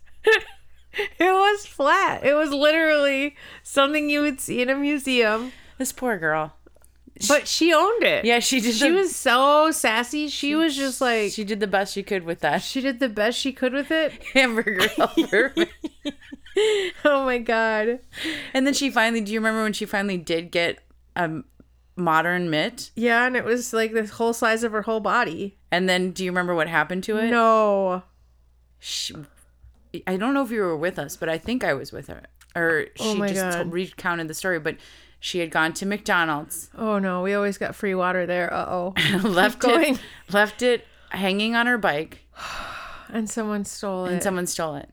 Speaker 2: It was flat. It was literally something you would see in a museum.
Speaker 1: This poor girl.
Speaker 2: But she owned it.
Speaker 1: Yeah, she did
Speaker 2: She
Speaker 1: the,
Speaker 2: was so sassy. She was just like
Speaker 1: she did the best she could with that
Speaker 2: she did the best she could with it.
Speaker 1: hamburger helper.
Speaker 2: Oh my god.
Speaker 1: and then she finally, do you remember when she finally did get a modern mitt?
Speaker 2: Yeah, and it was like the whole size of her whole body.
Speaker 1: And then do you remember what happened to it?
Speaker 2: No.
Speaker 1: she, I don't know if you were with us, but I think I was with her. Or she
Speaker 2: Oh my
Speaker 1: just
Speaker 2: God.
Speaker 1: to- recounted the story, but she had gone to McDonald's,
Speaker 2: Oh no, we always got free water there. Uh-oh.
Speaker 1: left
Speaker 2: going.
Speaker 1: it, left it hanging on her bike,
Speaker 2: and someone stole it.
Speaker 1: and someone stole it.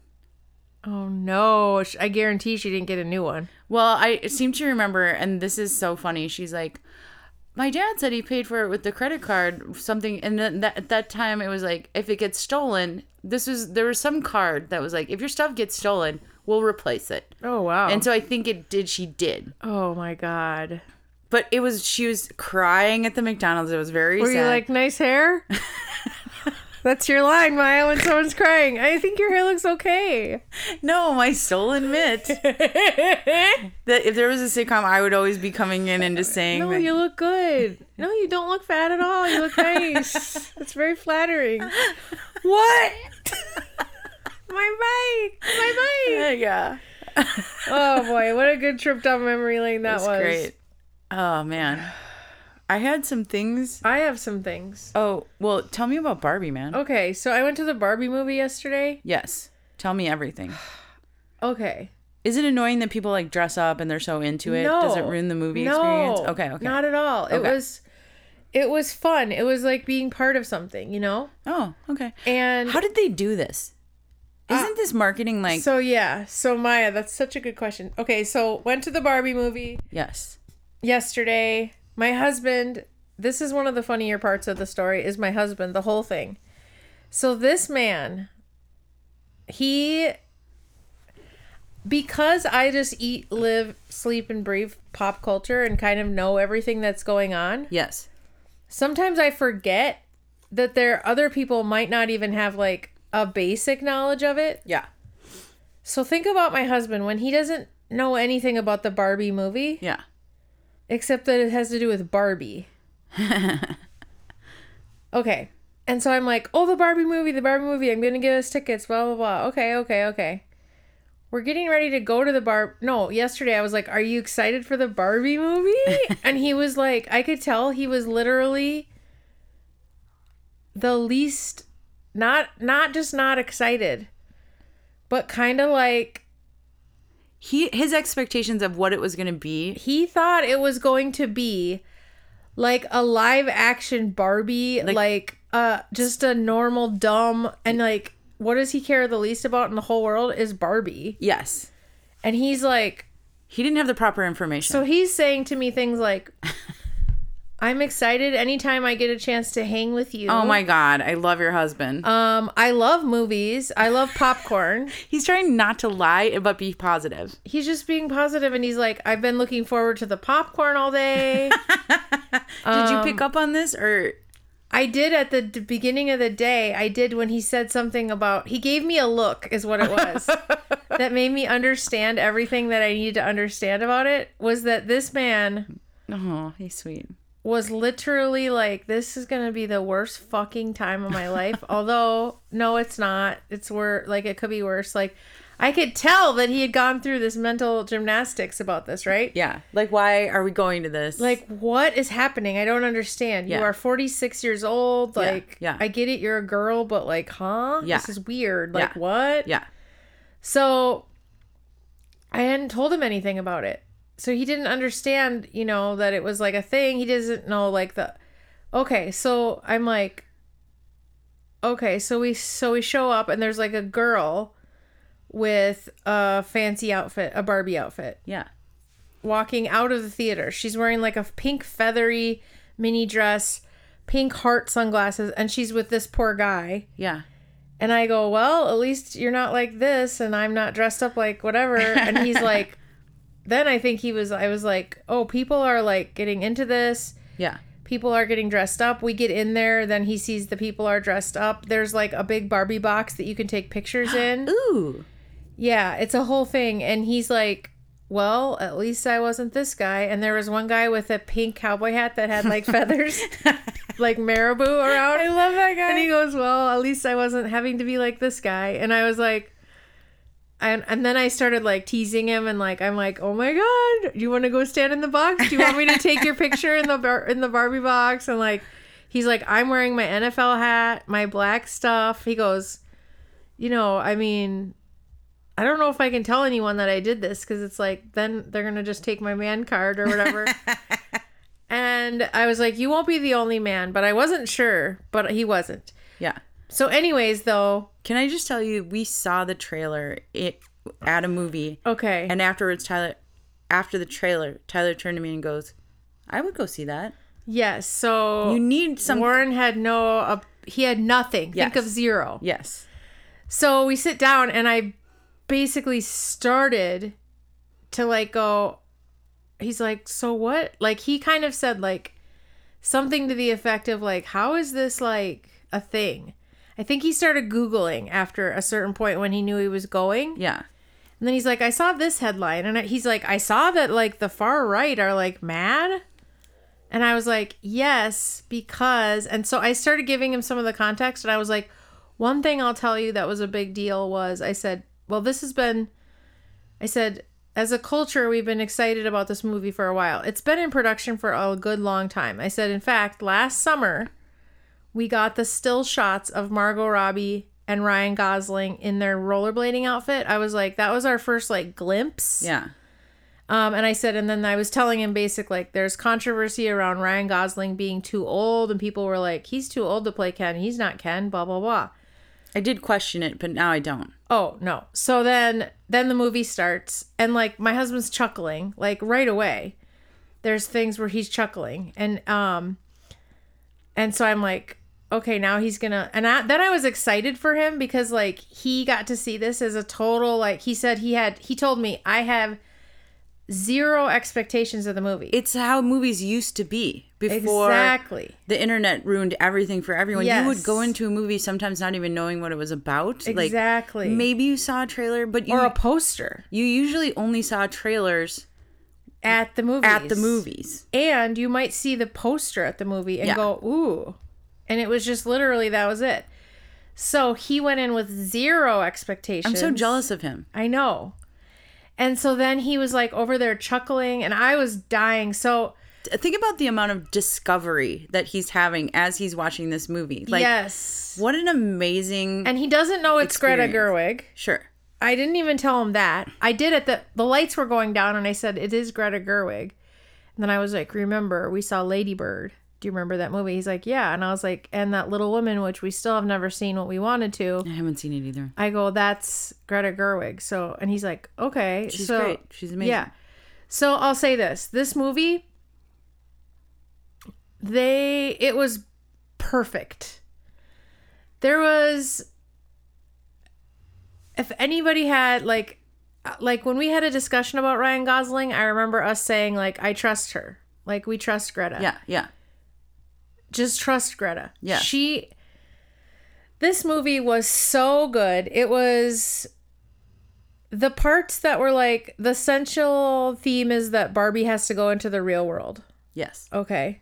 Speaker 2: oh no. Sh- I guarantee she didn't get a new one.
Speaker 1: Well, I seem to remember, and this is so funny. She's like, my dad said he paid for it with the credit card, something, and then that, at that time it was like, if it gets stolen, this was there was some card that was like, if your stuff gets stolen, we'll replace it.
Speaker 2: Oh wow.
Speaker 1: And so I think it did. She did.
Speaker 2: oh my god.
Speaker 1: But it was she was crying at the McDonald's. It was very
Speaker 2: Were
Speaker 1: sad.
Speaker 2: you like nice hair? That's your line, Maya, when someone's crying. I think your hair looks okay.
Speaker 1: no, my stolen mitt. that if there was a sitcom, I would always be coming in and just saying,
Speaker 2: No,
Speaker 1: that-
Speaker 2: you look good. No, you don't look fat at all. You look nice. It's very flattering.
Speaker 1: "What?"
Speaker 2: My bike. My bike.
Speaker 1: yeah,
Speaker 2: Oh boy, what a good trip down memory lane that
Speaker 1: that's
Speaker 2: was.
Speaker 1: great. Oh man, I had some things.
Speaker 2: I have some things.
Speaker 1: Oh well, tell me about Barbie, man.
Speaker 2: Okay, so I went to the Barbie movie yesterday.
Speaker 1: Yes, tell me everything.
Speaker 2: Okay.
Speaker 1: Is it annoying that people like dress up and they're so into it?
Speaker 2: No.
Speaker 1: Does it ruin the movie
Speaker 2: No,
Speaker 1: experience? Okay, okay.
Speaker 2: Not at all. It
Speaker 1: Okay.
Speaker 2: was it was fun. It was like being part of something, you know?
Speaker 1: oh, okay.
Speaker 2: And Ah.
Speaker 1: How did they do this? Isn't this marketing like
Speaker 2: so yeah, so Maya, that's such a good question. Okay, so went to the Barbie movie.
Speaker 1: yes?
Speaker 2: yesterday my husband this is one of the funnier parts of the story is my husband the whole thing so this man he because i just eat live sleep and breathe pop culture and kind of know everything that's going on
Speaker 1: Yes.
Speaker 2: sometimes i forget that there other people might not even have like a basic knowledge of it
Speaker 1: Yeah.
Speaker 2: so think about my husband when he doesn't know anything about the barbie movie
Speaker 1: Yeah.
Speaker 2: except that it has to do with Barbie. okay. And so I'm like, oh, the Barbie movie, the Barbie movie. I'm going to give us tickets, blah, blah, blah. Okay, okay, okay. We're getting ready to go to the bar. No, yesterday I was like, are you excited for the Barbie movie? and he was like, I could tell he was literally the least not not just not excited but kind of like
Speaker 1: He his expectations of what it was going to be.
Speaker 2: he thought it was going to be like a live action Barbie, like, uh just a normal dumb and like what does he care the least about in the whole world is Barbie.
Speaker 1: Yes.
Speaker 2: And he's like
Speaker 1: He didn't have the proper information.
Speaker 2: so he's saying to me things like I'm excited anytime I get a chance to hang with you.
Speaker 1: oh my god, I love your husband.
Speaker 2: um I love movies. I love popcorn.
Speaker 1: He's trying not to lie but be positive.
Speaker 2: he's just being positive and he's like I've been looking forward to the popcorn all day.
Speaker 1: Did you
Speaker 2: Um,
Speaker 1: pick up on this or
Speaker 2: I did at the d- beginning of the day. I did when he said something about he gave me a look is what it was that made me understand everything that I needed to understand about it was that this man
Speaker 1: Oh, he's sweet.
Speaker 2: was literally like this is going to be the worst fucking time of my life. Although no it's not. It's wor like it could be worse. Like I could tell that he had gone through this mental gymnastics about this, right?
Speaker 1: Yeah. Like why are we going to this?
Speaker 2: Like what is happening? I don't understand.
Speaker 1: Yeah.
Speaker 2: You are 46 years old.
Speaker 1: Yeah,
Speaker 2: Like
Speaker 1: yeah.
Speaker 2: I get it, you're a girl, but like, huh?
Speaker 1: Yeah.
Speaker 2: This is weird. Like
Speaker 1: Yeah,
Speaker 2: what?
Speaker 1: yeah.
Speaker 2: So I hadn't told him anything about it. So he didn't understand, you know, that it was like a thing. He doesn't know like the Okay, so I'm like Okay, so we so we show up and there's like a girl with a fancy outfit, a Barbie outfit,
Speaker 1: Yeah.
Speaker 2: walking out of the theater. She's wearing like a pink feathery mini dress, pink heart sunglasses, and she's with this poor guy.
Speaker 1: Yeah.
Speaker 2: And I go, Well, at least you're not like this, and I'm not dressed up like whatever. And he's like, Then I think he was, I was like, Oh, people are like getting into this.
Speaker 1: Yeah.
Speaker 2: People are getting dressed up. We get in there. Then he sees the people are dressed up. There's like a big Barbie box that you can take pictures in.
Speaker 1: Ooh.
Speaker 2: yeah, it's a whole thing. And he's like, Well, at least I wasn't this guy. And there was one guy with a pink cowboy hat that had like feathers, like marabou around. I love that guy. And he goes, Well, at least I wasn't having to be like this guy. And I was like, and, and then I started like teasing him and like I'm like, oh my god, do you want to go stand in the box? Do you want me to take your picture in the bar- in the Barbie box? And like, he's like, I'm wearing my NFL hat, my black stuff. He goes, you know, I mean, I don't know if I can tell anyone that I did this because it's like then they're gonna just take my man card or whatever. and I was like, you won't be the only man, but I wasn't sure, but he wasn't.
Speaker 1: Yeah.
Speaker 2: So, anyways, though,
Speaker 1: Can I just tell you, we saw the trailer it, at a movie,
Speaker 2: okay,
Speaker 1: and afterwards, Tyler, after the trailer, Tyler turned to me and goes, "I would go see that.
Speaker 2: yes. So
Speaker 1: You need some."
Speaker 2: Warren had no, uh, he had nothing.
Speaker 1: Yes.
Speaker 2: Think of zero.
Speaker 1: yes.
Speaker 2: So we sit down, and I basically started to like go. He's like, so what? Like he kind of said like something to the effect of like, how is this like a thing? I think he started googling after a certain point when he knew he was going.
Speaker 1: Yeah.
Speaker 2: And then he's like, I saw this headline. And I- he's like, I saw that like the far right are like mad. And I was like, yes, because. And so I started giving him some of the context. And I was like, one thing I'll tell you that was a big deal was I said, well, this has been, I said, as a culture, we've been excited about this movie for a while. It's been in production for a good long time. I said, in fact, last summer, we got the still shots of Margot Robbie and Ryan Gosling in their rollerblading outfit. I was like, that was our first like glimpse.
Speaker 1: Yeah.
Speaker 2: Um, and I said, and then I was telling him basic like there's controversy around Ryan Gosling being too old, and people were like, he's too old to play Ken. He's not Ken. Blah blah blah.
Speaker 1: I did question it, but now I don't.
Speaker 2: Oh no. So then then the movie starts and like my husband's chuckling like right away. There's things where he's chuckling and um and so I'm like okay, now he's going to and I, then I was excited for him because like he got to see this as a total like he said he had he told me I have zero expectations of the movie.
Speaker 1: It's how movies used to be before
Speaker 2: exactly.
Speaker 1: the internet ruined everything for everyone. You would
Speaker 2: Yes.
Speaker 1: go into a movie sometimes not even knowing what it was about.
Speaker 2: Exactly.
Speaker 1: Like maybe you saw a trailer, but you
Speaker 2: or a poster
Speaker 1: you usually only saw trailers
Speaker 2: at the movie.
Speaker 1: at the movies.
Speaker 2: and you might see the poster at the movie and
Speaker 1: Yeah.
Speaker 2: go ooh and it was just literally that was it so he went in with zero expectations
Speaker 1: I'm so jealous of him.
Speaker 2: i know and so then he was like over there chuckling and i was dying so
Speaker 1: Think about the amount of discovery that he's having as he's watching this movie. Like
Speaker 2: yes
Speaker 1: what an amazing
Speaker 2: and he doesn't know it's
Speaker 1: Experience.
Speaker 2: greta gerwig
Speaker 1: sure.
Speaker 2: I didn't even tell him that. I did at the the lights were going down and I said it is Greta Gerwig. And then I was like, "Remember, we saw Lady Bird. Do you remember that movie?" He's like, "Yeah." And I was like, "And that Little Woman, which we still have never seen what we wanted to."
Speaker 1: I haven't seen it either.
Speaker 2: I go, "That's Greta Gerwig." So, and he's like, "Okay."
Speaker 1: She's
Speaker 2: so,
Speaker 1: great. She's amazing.
Speaker 2: yeah. So I'll say this: this movie, they it was perfect. There was, if anybody had like, uh, like when we had a discussion about Ryan Gosling, I remember us saying like, "I trust her." Like we trust Greta.
Speaker 1: Yeah, yeah.
Speaker 2: Just trust Greta.
Speaker 1: Yeah.
Speaker 2: She. This movie was so good. It was the parts that were like the central theme is that Barbie has to go into the real world.
Speaker 1: Yes.
Speaker 2: Okay.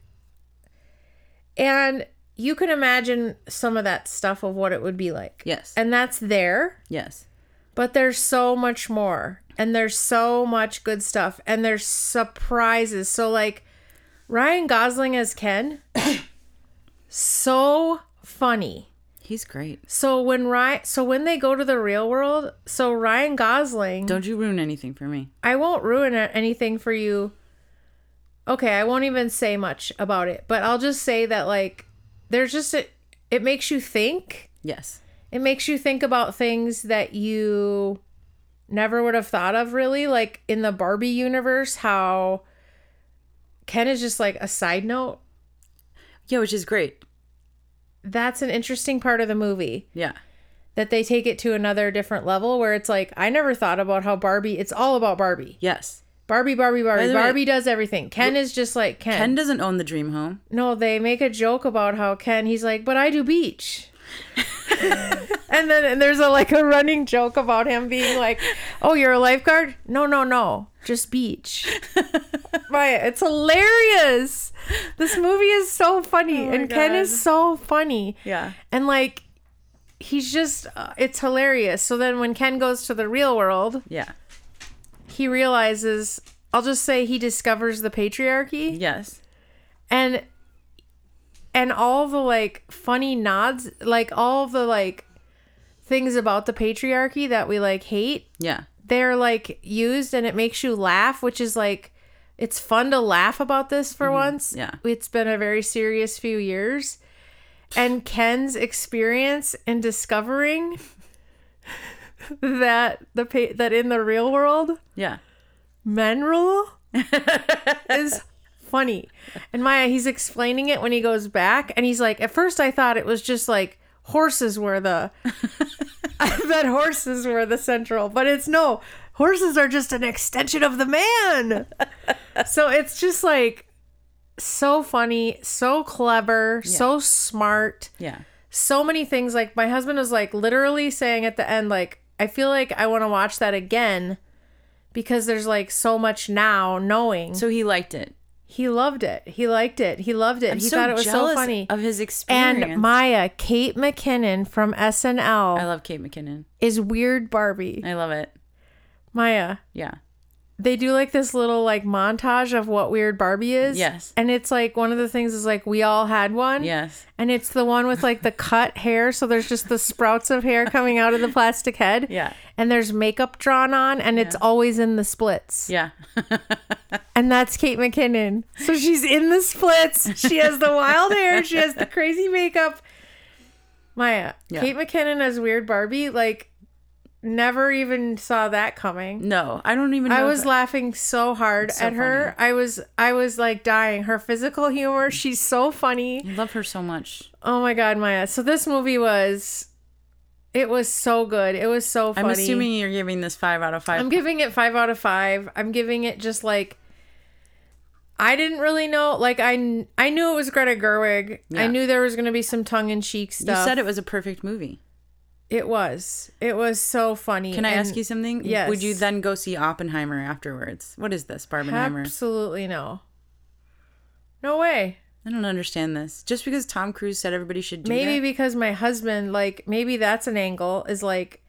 Speaker 2: And you can imagine some of that stuff of what it would be like.
Speaker 1: Yes.
Speaker 2: And that's there,
Speaker 1: Yes.
Speaker 2: but there's so much more. And there's so much good stuff. And there's surprises. So, like, Ryan Gosling as Ken, so funny.
Speaker 1: He's great.
Speaker 2: So when Ryan, so when they go to the real world, so Ryan Gosling,
Speaker 1: Don't you ruin anything for me.
Speaker 2: I won't ruin a- anything for you. Okay, I won't even say much about it, but I'll just say that like there's just a, it makes you think.
Speaker 1: Yes.
Speaker 2: It makes you think about things that you never would have thought of really like in the Barbie universe how Ken is just like a side note.
Speaker 1: Yeah, which is great.
Speaker 2: That's an interesting part of the movie
Speaker 1: Yeah.
Speaker 2: that they take it to another different level where it's like I never thought about how Barbie it's all about Barbie.
Speaker 1: Yes.
Speaker 2: Barbie Barbie
Speaker 1: By
Speaker 2: Barbie
Speaker 1: the way-
Speaker 2: Barbie does everything. Ken is just like Ken.
Speaker 1: Ken doesn't own the dream home.
Speaker 2: No, they make a joke about how Ken. He's like, but I do beach. and then and there's a like a running joke about him being like, "Oh, you're a lifeguard? No, no, no, just beach." Maya, it's hilarious. This movie is so funny, and Ken is so funny.
Speaker 1: Yeah.
Speaker 2: and like he's just uh, it's hilarious. So then when Ken goes to the real world,
Speaker 1: Yeah.
Speaker 2: he realizes. I'll just say he discovers the patriarchy
Speaker 1: Yes.
Speaker 2: and and all the like funny nods like all the like things about the patriarchy that we like hate
Speaker 1: Yeah.
Speaker 2: they're like used and it makes you laugh which is like it's fun to laugh about this for once
Speaker 1: yeah.
Speaker 2: it's been a very serious few years and ken's experience in discovering that the pa- that in the real world
Speaker 1: Yeah.
Speaker 2: men rule is funny. And Maya, he's explaining it when he goes back, and he's like, at first I thought it was just like horses were the that horses were the central, but it's no. Horses are just an extension of the man. so it's just like so funny, so clever, so smart
Speaker 1: Yeah.
Speaker 2: so many things like my husband was like literally saying at the end like i feel like i want to watch that again because there's like so much now knowing
Speaker 1: So he liked it.
Speaker 2: he loved it he liked it he loved it
Speaker 1: I'm
Speaker 2: he
Speaker 1: so
Speaker 2: thought it was so
Speaker 1: jealous
Speaker 2: funny
Speaker 1: of his experience.
Speaker 2: and maya kate mckinnon from
Speaker 1: I
Speaker 2: snl
Speaker 1: love Kate McKinnon.
Speaker 2: is weird barbie
Speaker 1: I love it.
Speaker 2: maya
Speaker 1: Yeah.
Speaker 2: they do like this little like montage of what weird barbie is
Speaker 1: Yes.
Speaker 2: and it's like one of the things is like we all had one
Speaker 1: Yes.
Speaker 2: And it's the one with like the cut hair. So there's just the sprouts of hair coming out of the plastic head.
Speaker 1: Yeah.
Speaker 2: And there's makeup drawn on, and it's always in the splits.
Speaker 1: Yeah.
Speaker 2: And that's Kate McKinnon. So she's in the splits. She has the wild hair. She has the crazy makeup. Maya,
Speaker 1: Yeah.
Speaker 2: Kate McKinnon as Weird Barbie, like, never even saw that coming.
Speaker 1: no, I don't even know.
Speaker 2: I
Speaker 1: if-
Speaker 2: was laughing so hard
Speaker 1: so
Speaker 2: at her. I was I was like dying. Her physical humor, she's so funny.
Speaker 1: I love her so much.
Speaker 2: Oh my god, Maya. So this movie was it was so good. It was so funny.
Speaker 1: I'm assuming you're giving this five out of 5
Speaker 2: I'm giving it 5 out of 5. I'm giving it just like I didn't really know like I kn- I knew it was Greta Gerwig. I
Speaker 1: Yeah.
Speaker 2: knew there was going to be some tongue in cheek
Speaker 1: you
Speaker 2: stuff.
Speaker 1: said it was a perfect movie.
Speaker 2: It was. It was so funny.
Speaker 1: Can I
Speaker 2: and
Speaker 1: ask you something?
Speaker 2: yes.
Speaker 1: Would you then go see Oppenheimer afterwards? What is this, Barbenheimer?
Speaker 2: Absolutely no. No way.
Speaker 1: I don't understand this. Just because Tom Cruise said everybody should do
Speaker 2: maybe
Speaker 1: that?
Speaker 2: because my husband like maybe that's an angle is like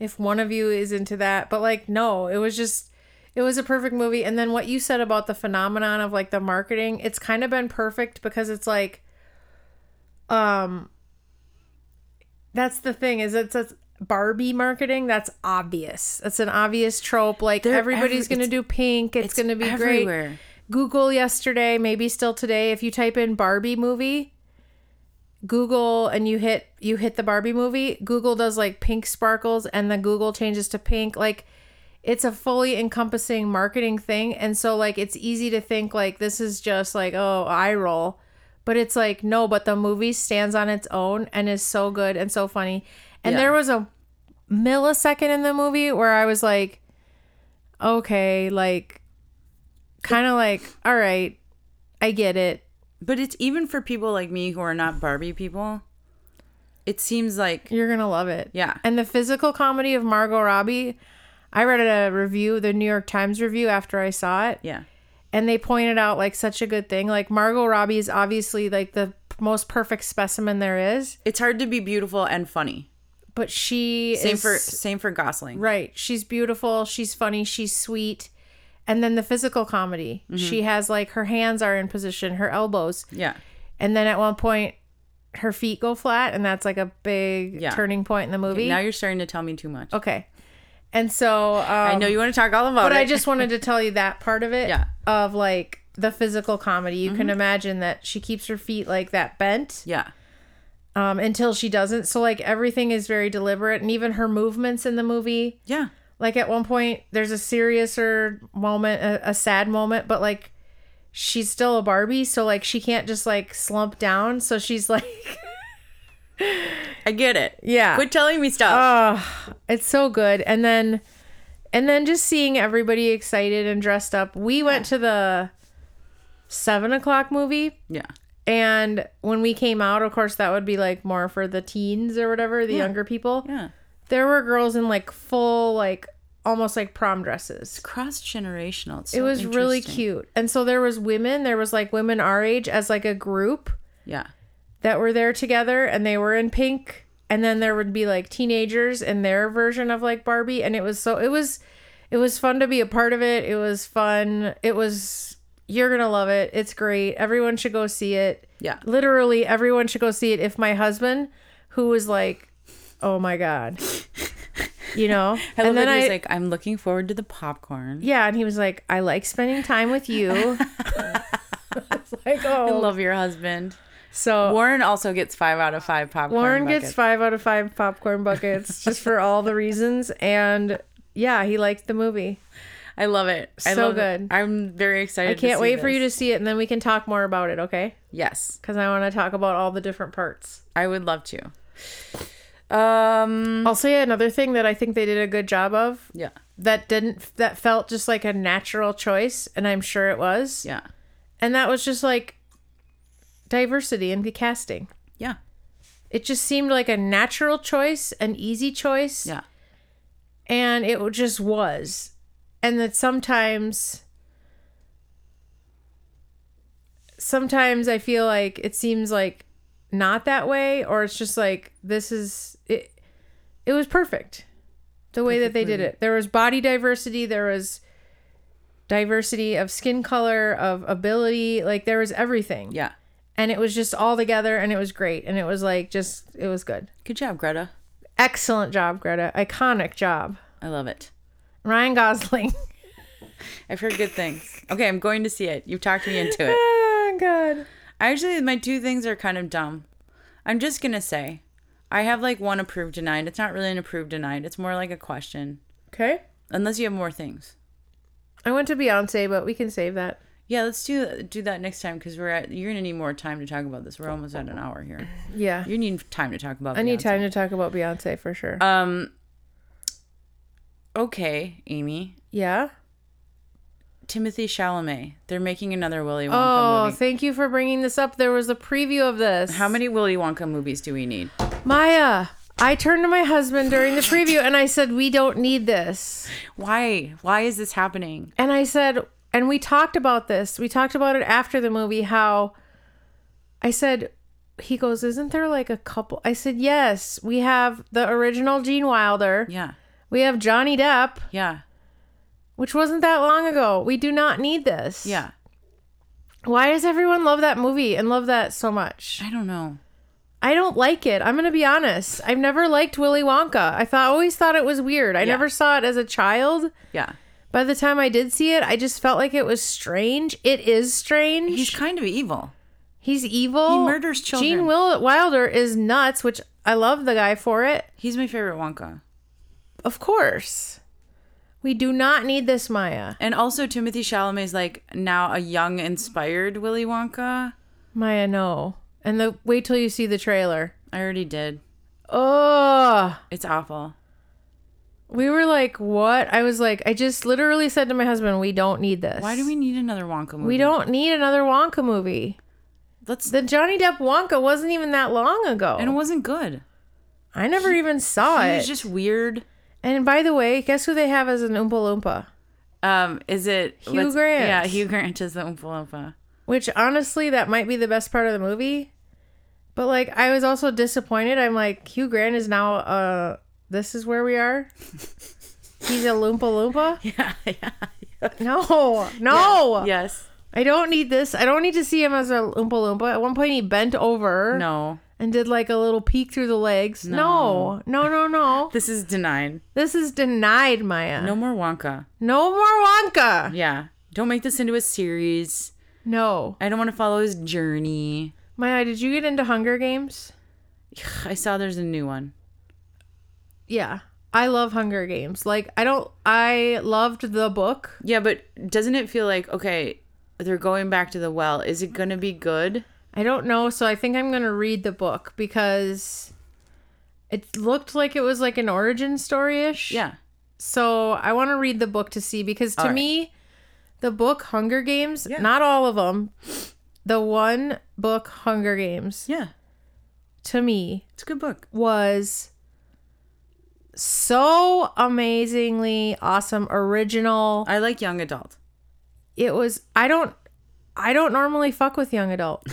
Speaker 2: if one of you is into that but like no it was just it was a perfect movie and then what you said about the phenomenon of like the marketing it's kind of been perfect because it's like um that's the thing is it's, it's barbie marketing that's obvious that's an obvious trope like
Speaker 1: They're
Speaker 2: everybody's
Speaker 1: every-
Speaker 2: gonna do pink it's, gonna be great
Speaker 1: everywhere.
Speaker 2: Google yesterday, maybe still today, if you type in Barbie movie, Google and you hit you hit the Barbie movie, Google does like pink sparkles and then Google changes to pink. Like it's a fully encompassing marketing thing and so like it's easy to think like this is just like oh, eye roll. But it's like no, but the movie stands on its own and is so good and so funny. And
Speaker 1: Yeah.
Speaker 2: there was a millisecond in the movie where I was like okay, like kind of like, all right, I get it.
Speaker 1: But it's even for people like me who are not Barbie people. It seems like
Speaker 2: You're gonna love it.
Speaker 1: Yeah.
Speaker 2: And the physical comedy of Margot Robbie, I read a review, the New York Times review after I saw it,
Speaker 1: yeah,
Speaker 2: and they pointed out like such a good thing. Like Margot Robbie is obviously like the p- most perfect specimen there is,
Speaker 1: it's hard to be beautiful and funny.
Speaker 2: but she
Speaker 1: Same
Speaker 2: is
Speaker 1: for same for Gosling.
Speaker 2: right. She's beautiful. She's funny. She's sweet. And then the physical comedy.
Speaker 1: Mm-hmm.
Speaker 2: She has like her hands are in position, her elbows.
Speaker 1: Yeah,
Speaker 2: And then at one point, her feet go flat, and that's like a big
Speaker 1: Yeah.
Speaker 2: turning point in the movie.
Speaker 1: now you're starting to tell me too much.
Speaker 2: okay. And so, um,
Speaker 1: I know you want to talk all about
Speaker 2: but
Speaker 1: it.
Speaker 2: I just wanted to tell you that part of it.
Speaker 1: Yeah. Mm-hmm.
Speaker 2: Of like the physical comedy. You can imagine that she keeps her feet like that bent
Speaker 1: yeah,
Speaker 2: um, until she doesn't. So, like, everything is very deliberate, and even her movements in the movie.
Speaker 1: yeah.
Speaker 2: Like at one point, there's a seriouser moment, a, a sad moment, but like she's still a Barbie, so like she can't just like slump down. So she's like,
Speaker 1: I get it.
Speaker 2: yeah,
Speaker 1: Quit telling me stuff.
Speaker 2: Oh, it's so good. And then and then just seeing everybody excited and dressed up. We went to the seven o'clock movie
Speaker 1: yeah.
Speaker 2: and when we came out, of course that would be like more for the teens or whatever, the younger people.
Speaker 1: Yeah.
Speaker 2: There were girls in like full like almost like prom dresses.
Speaker 1: Cross generational. It's
Speaker 2: it
Speaker 1: so
Speaker 2: was really
Speaker 1: interesting.
Speaker 2: cute. And so there was women, there was like women our age as like a group
Speaker 1: Yeah.
Speaker 2: that were there together and they were in pink and then there would be like teenagers and their version of like Barbie and it was so it was it was fun to be a part of it. It was fun. It was you're going to love it. It's great. Everyone should go see it.
Speaker 1: Yeah.
Speaker 2: Literally everyone should go see it if my husband who was like oh my god. You know?
Speaker 1: I love that he's like, I'm looking forward to the popcorn.
Speaker 2: yeah, and he was like I like spending time with you. It's like oh.
Speaker 1: I love your husband.
Speaker 2: so
Speaker 1: Warren also gets five out of five popcorn.
Speaker 2: Lauren Oh. gets
Speaker 1: buckets.
Speaker 2: five out of five popcorn buckets just for all the reasons. And yeah, he liked the movie.
Speaker 1: I love it. I
Speaker 2: So
Speaker 1: love it.
Speaker 2: good.
Speaker 1: I'm very excited.
Speaker 2: I can't wait for you to see it and then we can talk more about it, okay?
Speaker 1: Yes,
Speaker 2: Because I want to talk about all the different parts.
Speaker 1: I would love to. Um.
Speaker 2: I'll say another thing that I think they did a good job of
Speaker 1: Yeah.
Speaker 2: that didn't, that felt just like a natural choice. And I'm sure it was.
Speaker 1: Yeah.
Speaker 2: And that was just like diversity in the casting.
Speaker 1: Yeah.
Speaker 2: It just seemed like a natural choice, an easy choice.
Speaker 1: Yeah.
Speaker 2: and it just was and that sometimes sometimes i feel like it seems like not that way or it's just like this is it it was perfect the way that they did it there was body diversity there was diversity of skin color of ability like there was everything
Speaker 1: Yeah.
Speaker 2: and it was just all together and it was great and it was like just it was good
Speaker 1: Good job, Greta.
Speaker 2: excellent job greta iconic job
Speaker 1: I love it.
Speaker 2: Ryan Gosling.
Speaker 1: I've heard good things. Okay, I'm going to see it. You've talked me into it.
Speaker 2: oh God.
Speaker 1: Actually, my two things are kind of dumb. I'm just gonna say, I have like one approved denied. It's not really an approved denied. It's more like a question.
Speaker 2: Okay.
Speaker 1: Unless you have more things.
Speaker 2: I went to Beyonce, but we can save that.
Speaker 1: Yeah, let's do do that next time because we're at. You're gonna need more time to talk about this. We're almost at an hour here.
Speaker 2: Yeah.
Speaker 1: You need time to talk about.
Speaker 2: I need
Speaker 1: Beyonce.
Speaker 2: time to talk about Beyonce for sure.
Speaker 1: Um. Okay, Amy.
Speaker 2: yeah.
Speaker 1: Timothy Chalamet. They're making another Willy Wonka
Speaker 2: Oh,
Speaker 1: movie.
Speaker 2: thank you for bringing this up. There was a preview of this.
Speaker 1: How many Willy Wonka movies do we need?
Speaker 2: Maya, I turned to my husband during the preview and I said, "We don't need this."
Speaker 1: Why? Why is this happening?
Speaker 2: And I said, and we talked about this. We talked about it after the movie how I said, he goes, "Isn't there like a couple?" I said, "Yes, we have the original Gene Wilder.
Speaker 1: Yeah.
Speaker 2: We have Johnny Depp.
Speaker 1: Yeah.
Speaker 2: which wasn't that long ago. We do not need this.
Speaker 1: Yeah.
Speaker 2: Why does everyone love that movie and love that so much?
Speaker 1: I don't know.
Speaker 2: I don't like it. I'm going to be honest. I've never liked Willy Wonka. I thought always thought it was weird. I
Speaker 1: Yeah.
Speaker 2: never saw it as a child.
Speaker 1: Yeah.
Speaker 2: By the time I did see it, I just felt like it was strange. It is strange.
Speaker 1: He's
Speaker 2: He's,
Speaker 1: kind of evil.
Speaker 2: evil.
Speaker 1: He murders children.
Speaker 2: Gene Will- Wilder is nuts, which I love the guy for it.
Speaker 1: He's my favorite Wonka.
Speaker 2: Of course. We do not need this, Maya.
Speaker 1: And also Timothy Chalamet's like now a young inspired Willy Wonka.
Speaker 2: Maya, no. And the wait till you see the trailer.
Speaker 1: I already did.
Speaker 2: Ugh.
Speaker 1: It's awful.
Speaker 2: We were like, what? I was like, I just literally said to my husband, we don't need this.
Speaker 1: Why do we need another Wonka movie?
Speaker 2: We don't need another Wonka movie.
Speaker 1: Let's.
Speaker 2: The Johnny Depp Wonka wasn't even that long ago.
Speaker 1: and it wasn't good.
Speaker 2: I never even saw
Speaker 1: He
Speaker 2: it.
Speaker 1: was just weird.
Speaker 2: and by the way, guess who they have as an Oompa Loompa?
Speaker 1: Um, is it
Speaker 2: Hugh
Speaker 1: what's-
Speaker 2: Grant.
Speaker 1: Yeah, Hugh Grant is the Oompa Loompa.
Speaker 2: Which honestly, that might be the best part of the movie. But like, I was also disappointed. I'm like, Hugh Grant is now. Uh, this is where we are. He's a Loompa Loompa.
Speaker 1: Yeah, yeah.
Speaker 2: No, no.
Speaker 1: Yes.
Speaker 2: I don't need this. I don't need to see him as a Oompa Loompa. At one point, he bent over
Speaker 1: No.
Speaker 2: and did like a little peek through the legs. No, no, no, no.
Speaker 1: This is denied.
Speaker 2: this is denied, Maya.
Speaker 1: No
Speaker 2: No,
Speaker 1: more Wonka.
Speaker 2: more Wonka.
Speaker 1: Yeah. Don't make this into a series.
Speaker 2: No.
Speaker 1: I don't want to follow his journey.
Speaker 2: Maya, did you get into Hunger Games?
Speaker 1: I saw there's a new one.
Speaker 2: Yeah. I love Hunger Games. Like I don't I loved the book.
Speaker 1: Yeah, but doesn't it feel like okay, they're going back to the well. Is it going to be good?
Speaker 2: I don't know, so I think I'm going to read the book because it looked like it was like an origin story-ish.
Speaker 1: Yeah.
Speaker 2: So I want to read the book to see because to
Speaker 1: All right.
Speaker 2: me, the book Hunger Games, not all of them, the one book Hunger Games
Speaker 1: Yeah.
Speaker 2: to me
Speaker 1: It's a good book.
Speaker 2: was so amazingly awesome, original.
Speaker 1: I like young adult.
Speaker 2: It was I don't I don't normally fuck with young adult.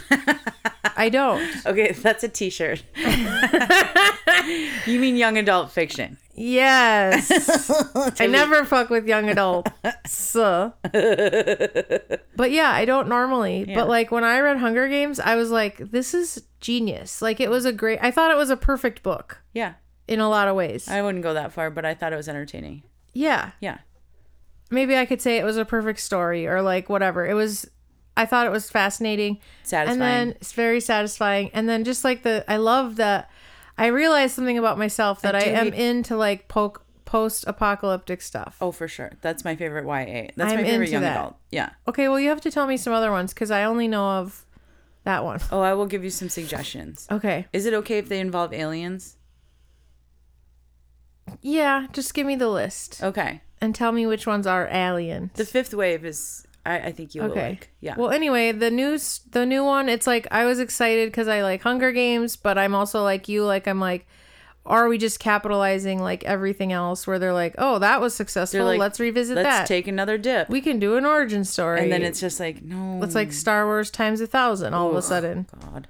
Speaker 2: I don't.
Speaker 1: Okay, that's a t-shirt. you mean young adult fiction.
Speaker 2: Yes. I never fuck with young adults. but yeah, I don't normally. But like when I read Hunger Games, I was like, this is genius. Like it was a great, I thought it was a perfect book
Speaker 1: Yeah.
Speaker 2: in a lot of ways.
Speaker 1: I wouldn't go that far, but I thought it was entertaining.
Speaker 2: yeah.
Speaker 1: Yeah.
Speaker 2: Maybe I could say it was a perfect story or like whatever. It was, I thought it was fascinating.
Speaker 1: Satisfying.
Speaker 2: And then it's very satisfying. And then just like the, I love that. I realized something about myself that I,
Speaker 1: do
Speaker 2: am
Speaker 1: hate-
Speaker 2: into like poke post apocalyptic stuff.
Speaker 1: oh, for sure. That's my favorite YA. That's
Speaker 2: I'm
Speaker 1: my favorite
Speaker 2: into
Speaker 1: young
Speaker 2: that.
Speaker 1: adult. Yeah.
Speaker 2: Okay, well, you have to tell me some other ones because I only know of that one.
Speaker 1: Oh, I will give you some suggestions.
Speaker 2: Okay.
Speaker 1: Is it okay if they involve aliens?
Speaker 2: Yeah, just give me the list
Speaker 1: Okay.
Speaker 2: and tell me which ones are alien.
Speaker 1: The fifth wave is I, I think you will
Speaker 2: Okay.
Speaker 1: like. Yeah.
Speaker 2: Well, anyway, the news, the new one, it's like I was excited because I like Hunger Games, but I'm also like you, like I'm like, are we just capitalizing like everything else where they're like, oh, that was successful,
Speaker 1: They're like,
Speaker 2: let's revisit
Speaker 1: Let's
Speaker 2: that.
Speaker 1: take another dip.
Speaker 2: we can do an origin story,
Speaker 1: and then it's just like, no.
Speaker 2: it's like Star Wars times a thousand all of a
Speaker 1: Ugh,
Speaker 2: sudden.
Speaker 1: God.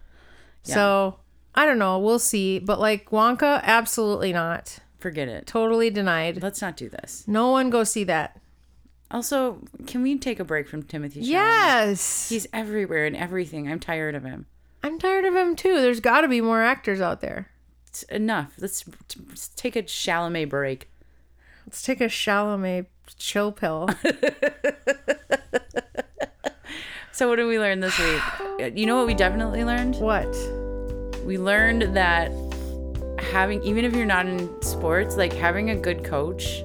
Speaker 2: So I don't know, we'll see, but like Wonka, absolutely not.
Speaker 1: Forget it.
Speaker 2: Totally denied.
Speaker 1: Let's not do this.
Speaker 2: No one go see that.
Speaker 1: Also, can we take a break from Timothy? Chalamet?
Speaker 2: Yes.
Speaker 1: He's everywhere and everything. I'm tired of him.
Speaker 2: I'm tired of him too. There's got to be more actors out there.
Speaker 1: It's enough. Let's, let's take a Chalamet break.
Speaker 2: Let's take a Chalamet chill pill.
Speaker 1: So, what did we learn this week? You know what we definitely learned?
Speaker 2: what?
Speaker 1: We learned that having, even if you're not in sports, like having a good coach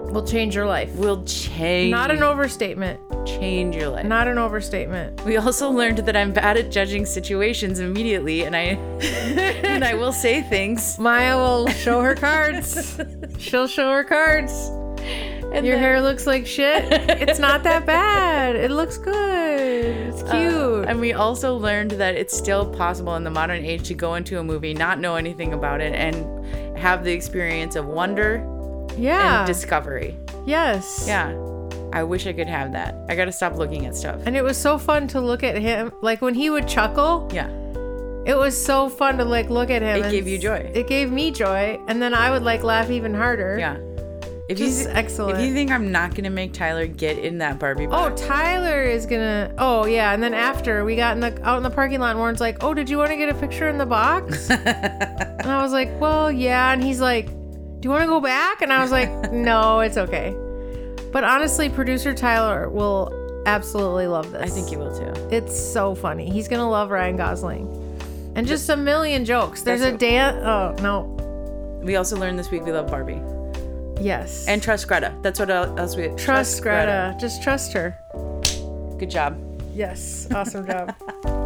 Speaker 2: Will change your life.
Speaker 1: will change
Speaker 2: Not an overstatement.
Speaker 1: change your life.
Speaker 2: Not an overstatement.
Speaker 1: We also learned that I'm bad at judging situations immediately, and I and I will say things.
Speaker 2: Maya will show her cards. She'll show her cards.
Speaker 1: And
Speaker 2: Your
Speaker 1: then-
Speaker 2: hair looks like shit. It's not that bad. It looks good. It's cute.
Speaker 1: Uh, And we also learned that it's still possible in the modern age to go into a movie, not know anything about it, and have the experience of wonder
Speaker 2: yeah.
Speaker 1: and discovery.
Speaker 2: yes.
Speaker 1: Yeah. I wish I could have that. I gotta stop looking at stuff.
Speaker 2: And it was so fun to look at him. Like when he would chuckle,
Speaker 1: Yeah.
Speaker 2: It was so fun to like look at him.
Speaker 1: It
Speaker 2: and
Speaker 1: gave you joy.
Speaker 2: It gave me joy, and then I would like laugh even harder.
Speaker 1: Yeah. If
Speaker 2: Just
Speaker 1: you
Speaker 2: excellent.
Speaker 1: if you think I'm not gonna make Tyler get in that Barbie
Speaker 2: oh,
Speaker 1: box,
Speaker 2: Tyler is gonna. Oh yeah, and then after we got in the out in the parking lot, and Warren's like, "Oh, did you want to get a picture in the box?" and I was like, "Well, yeah," and he's like, "Do you want to go back?" And I was like, "No, it's okay." But honestly, producer Tyler will absolutely love this.
Speaker 1: I think you will too.
Speaker 2: It's so funny. He's gonna love Ryan Gosling, and just a million jokes. There's a dance. Oh no.
Speaker 1: We also learned this week we love Barbie.
Speaker 2: Yes.
Speaker 1: And trust Greta. That's what el- else we trust,
Speaker 2: Trust Greta. Just trust her.
Speaker 1: Good job.
Speaker 2: Yes. Awesome job.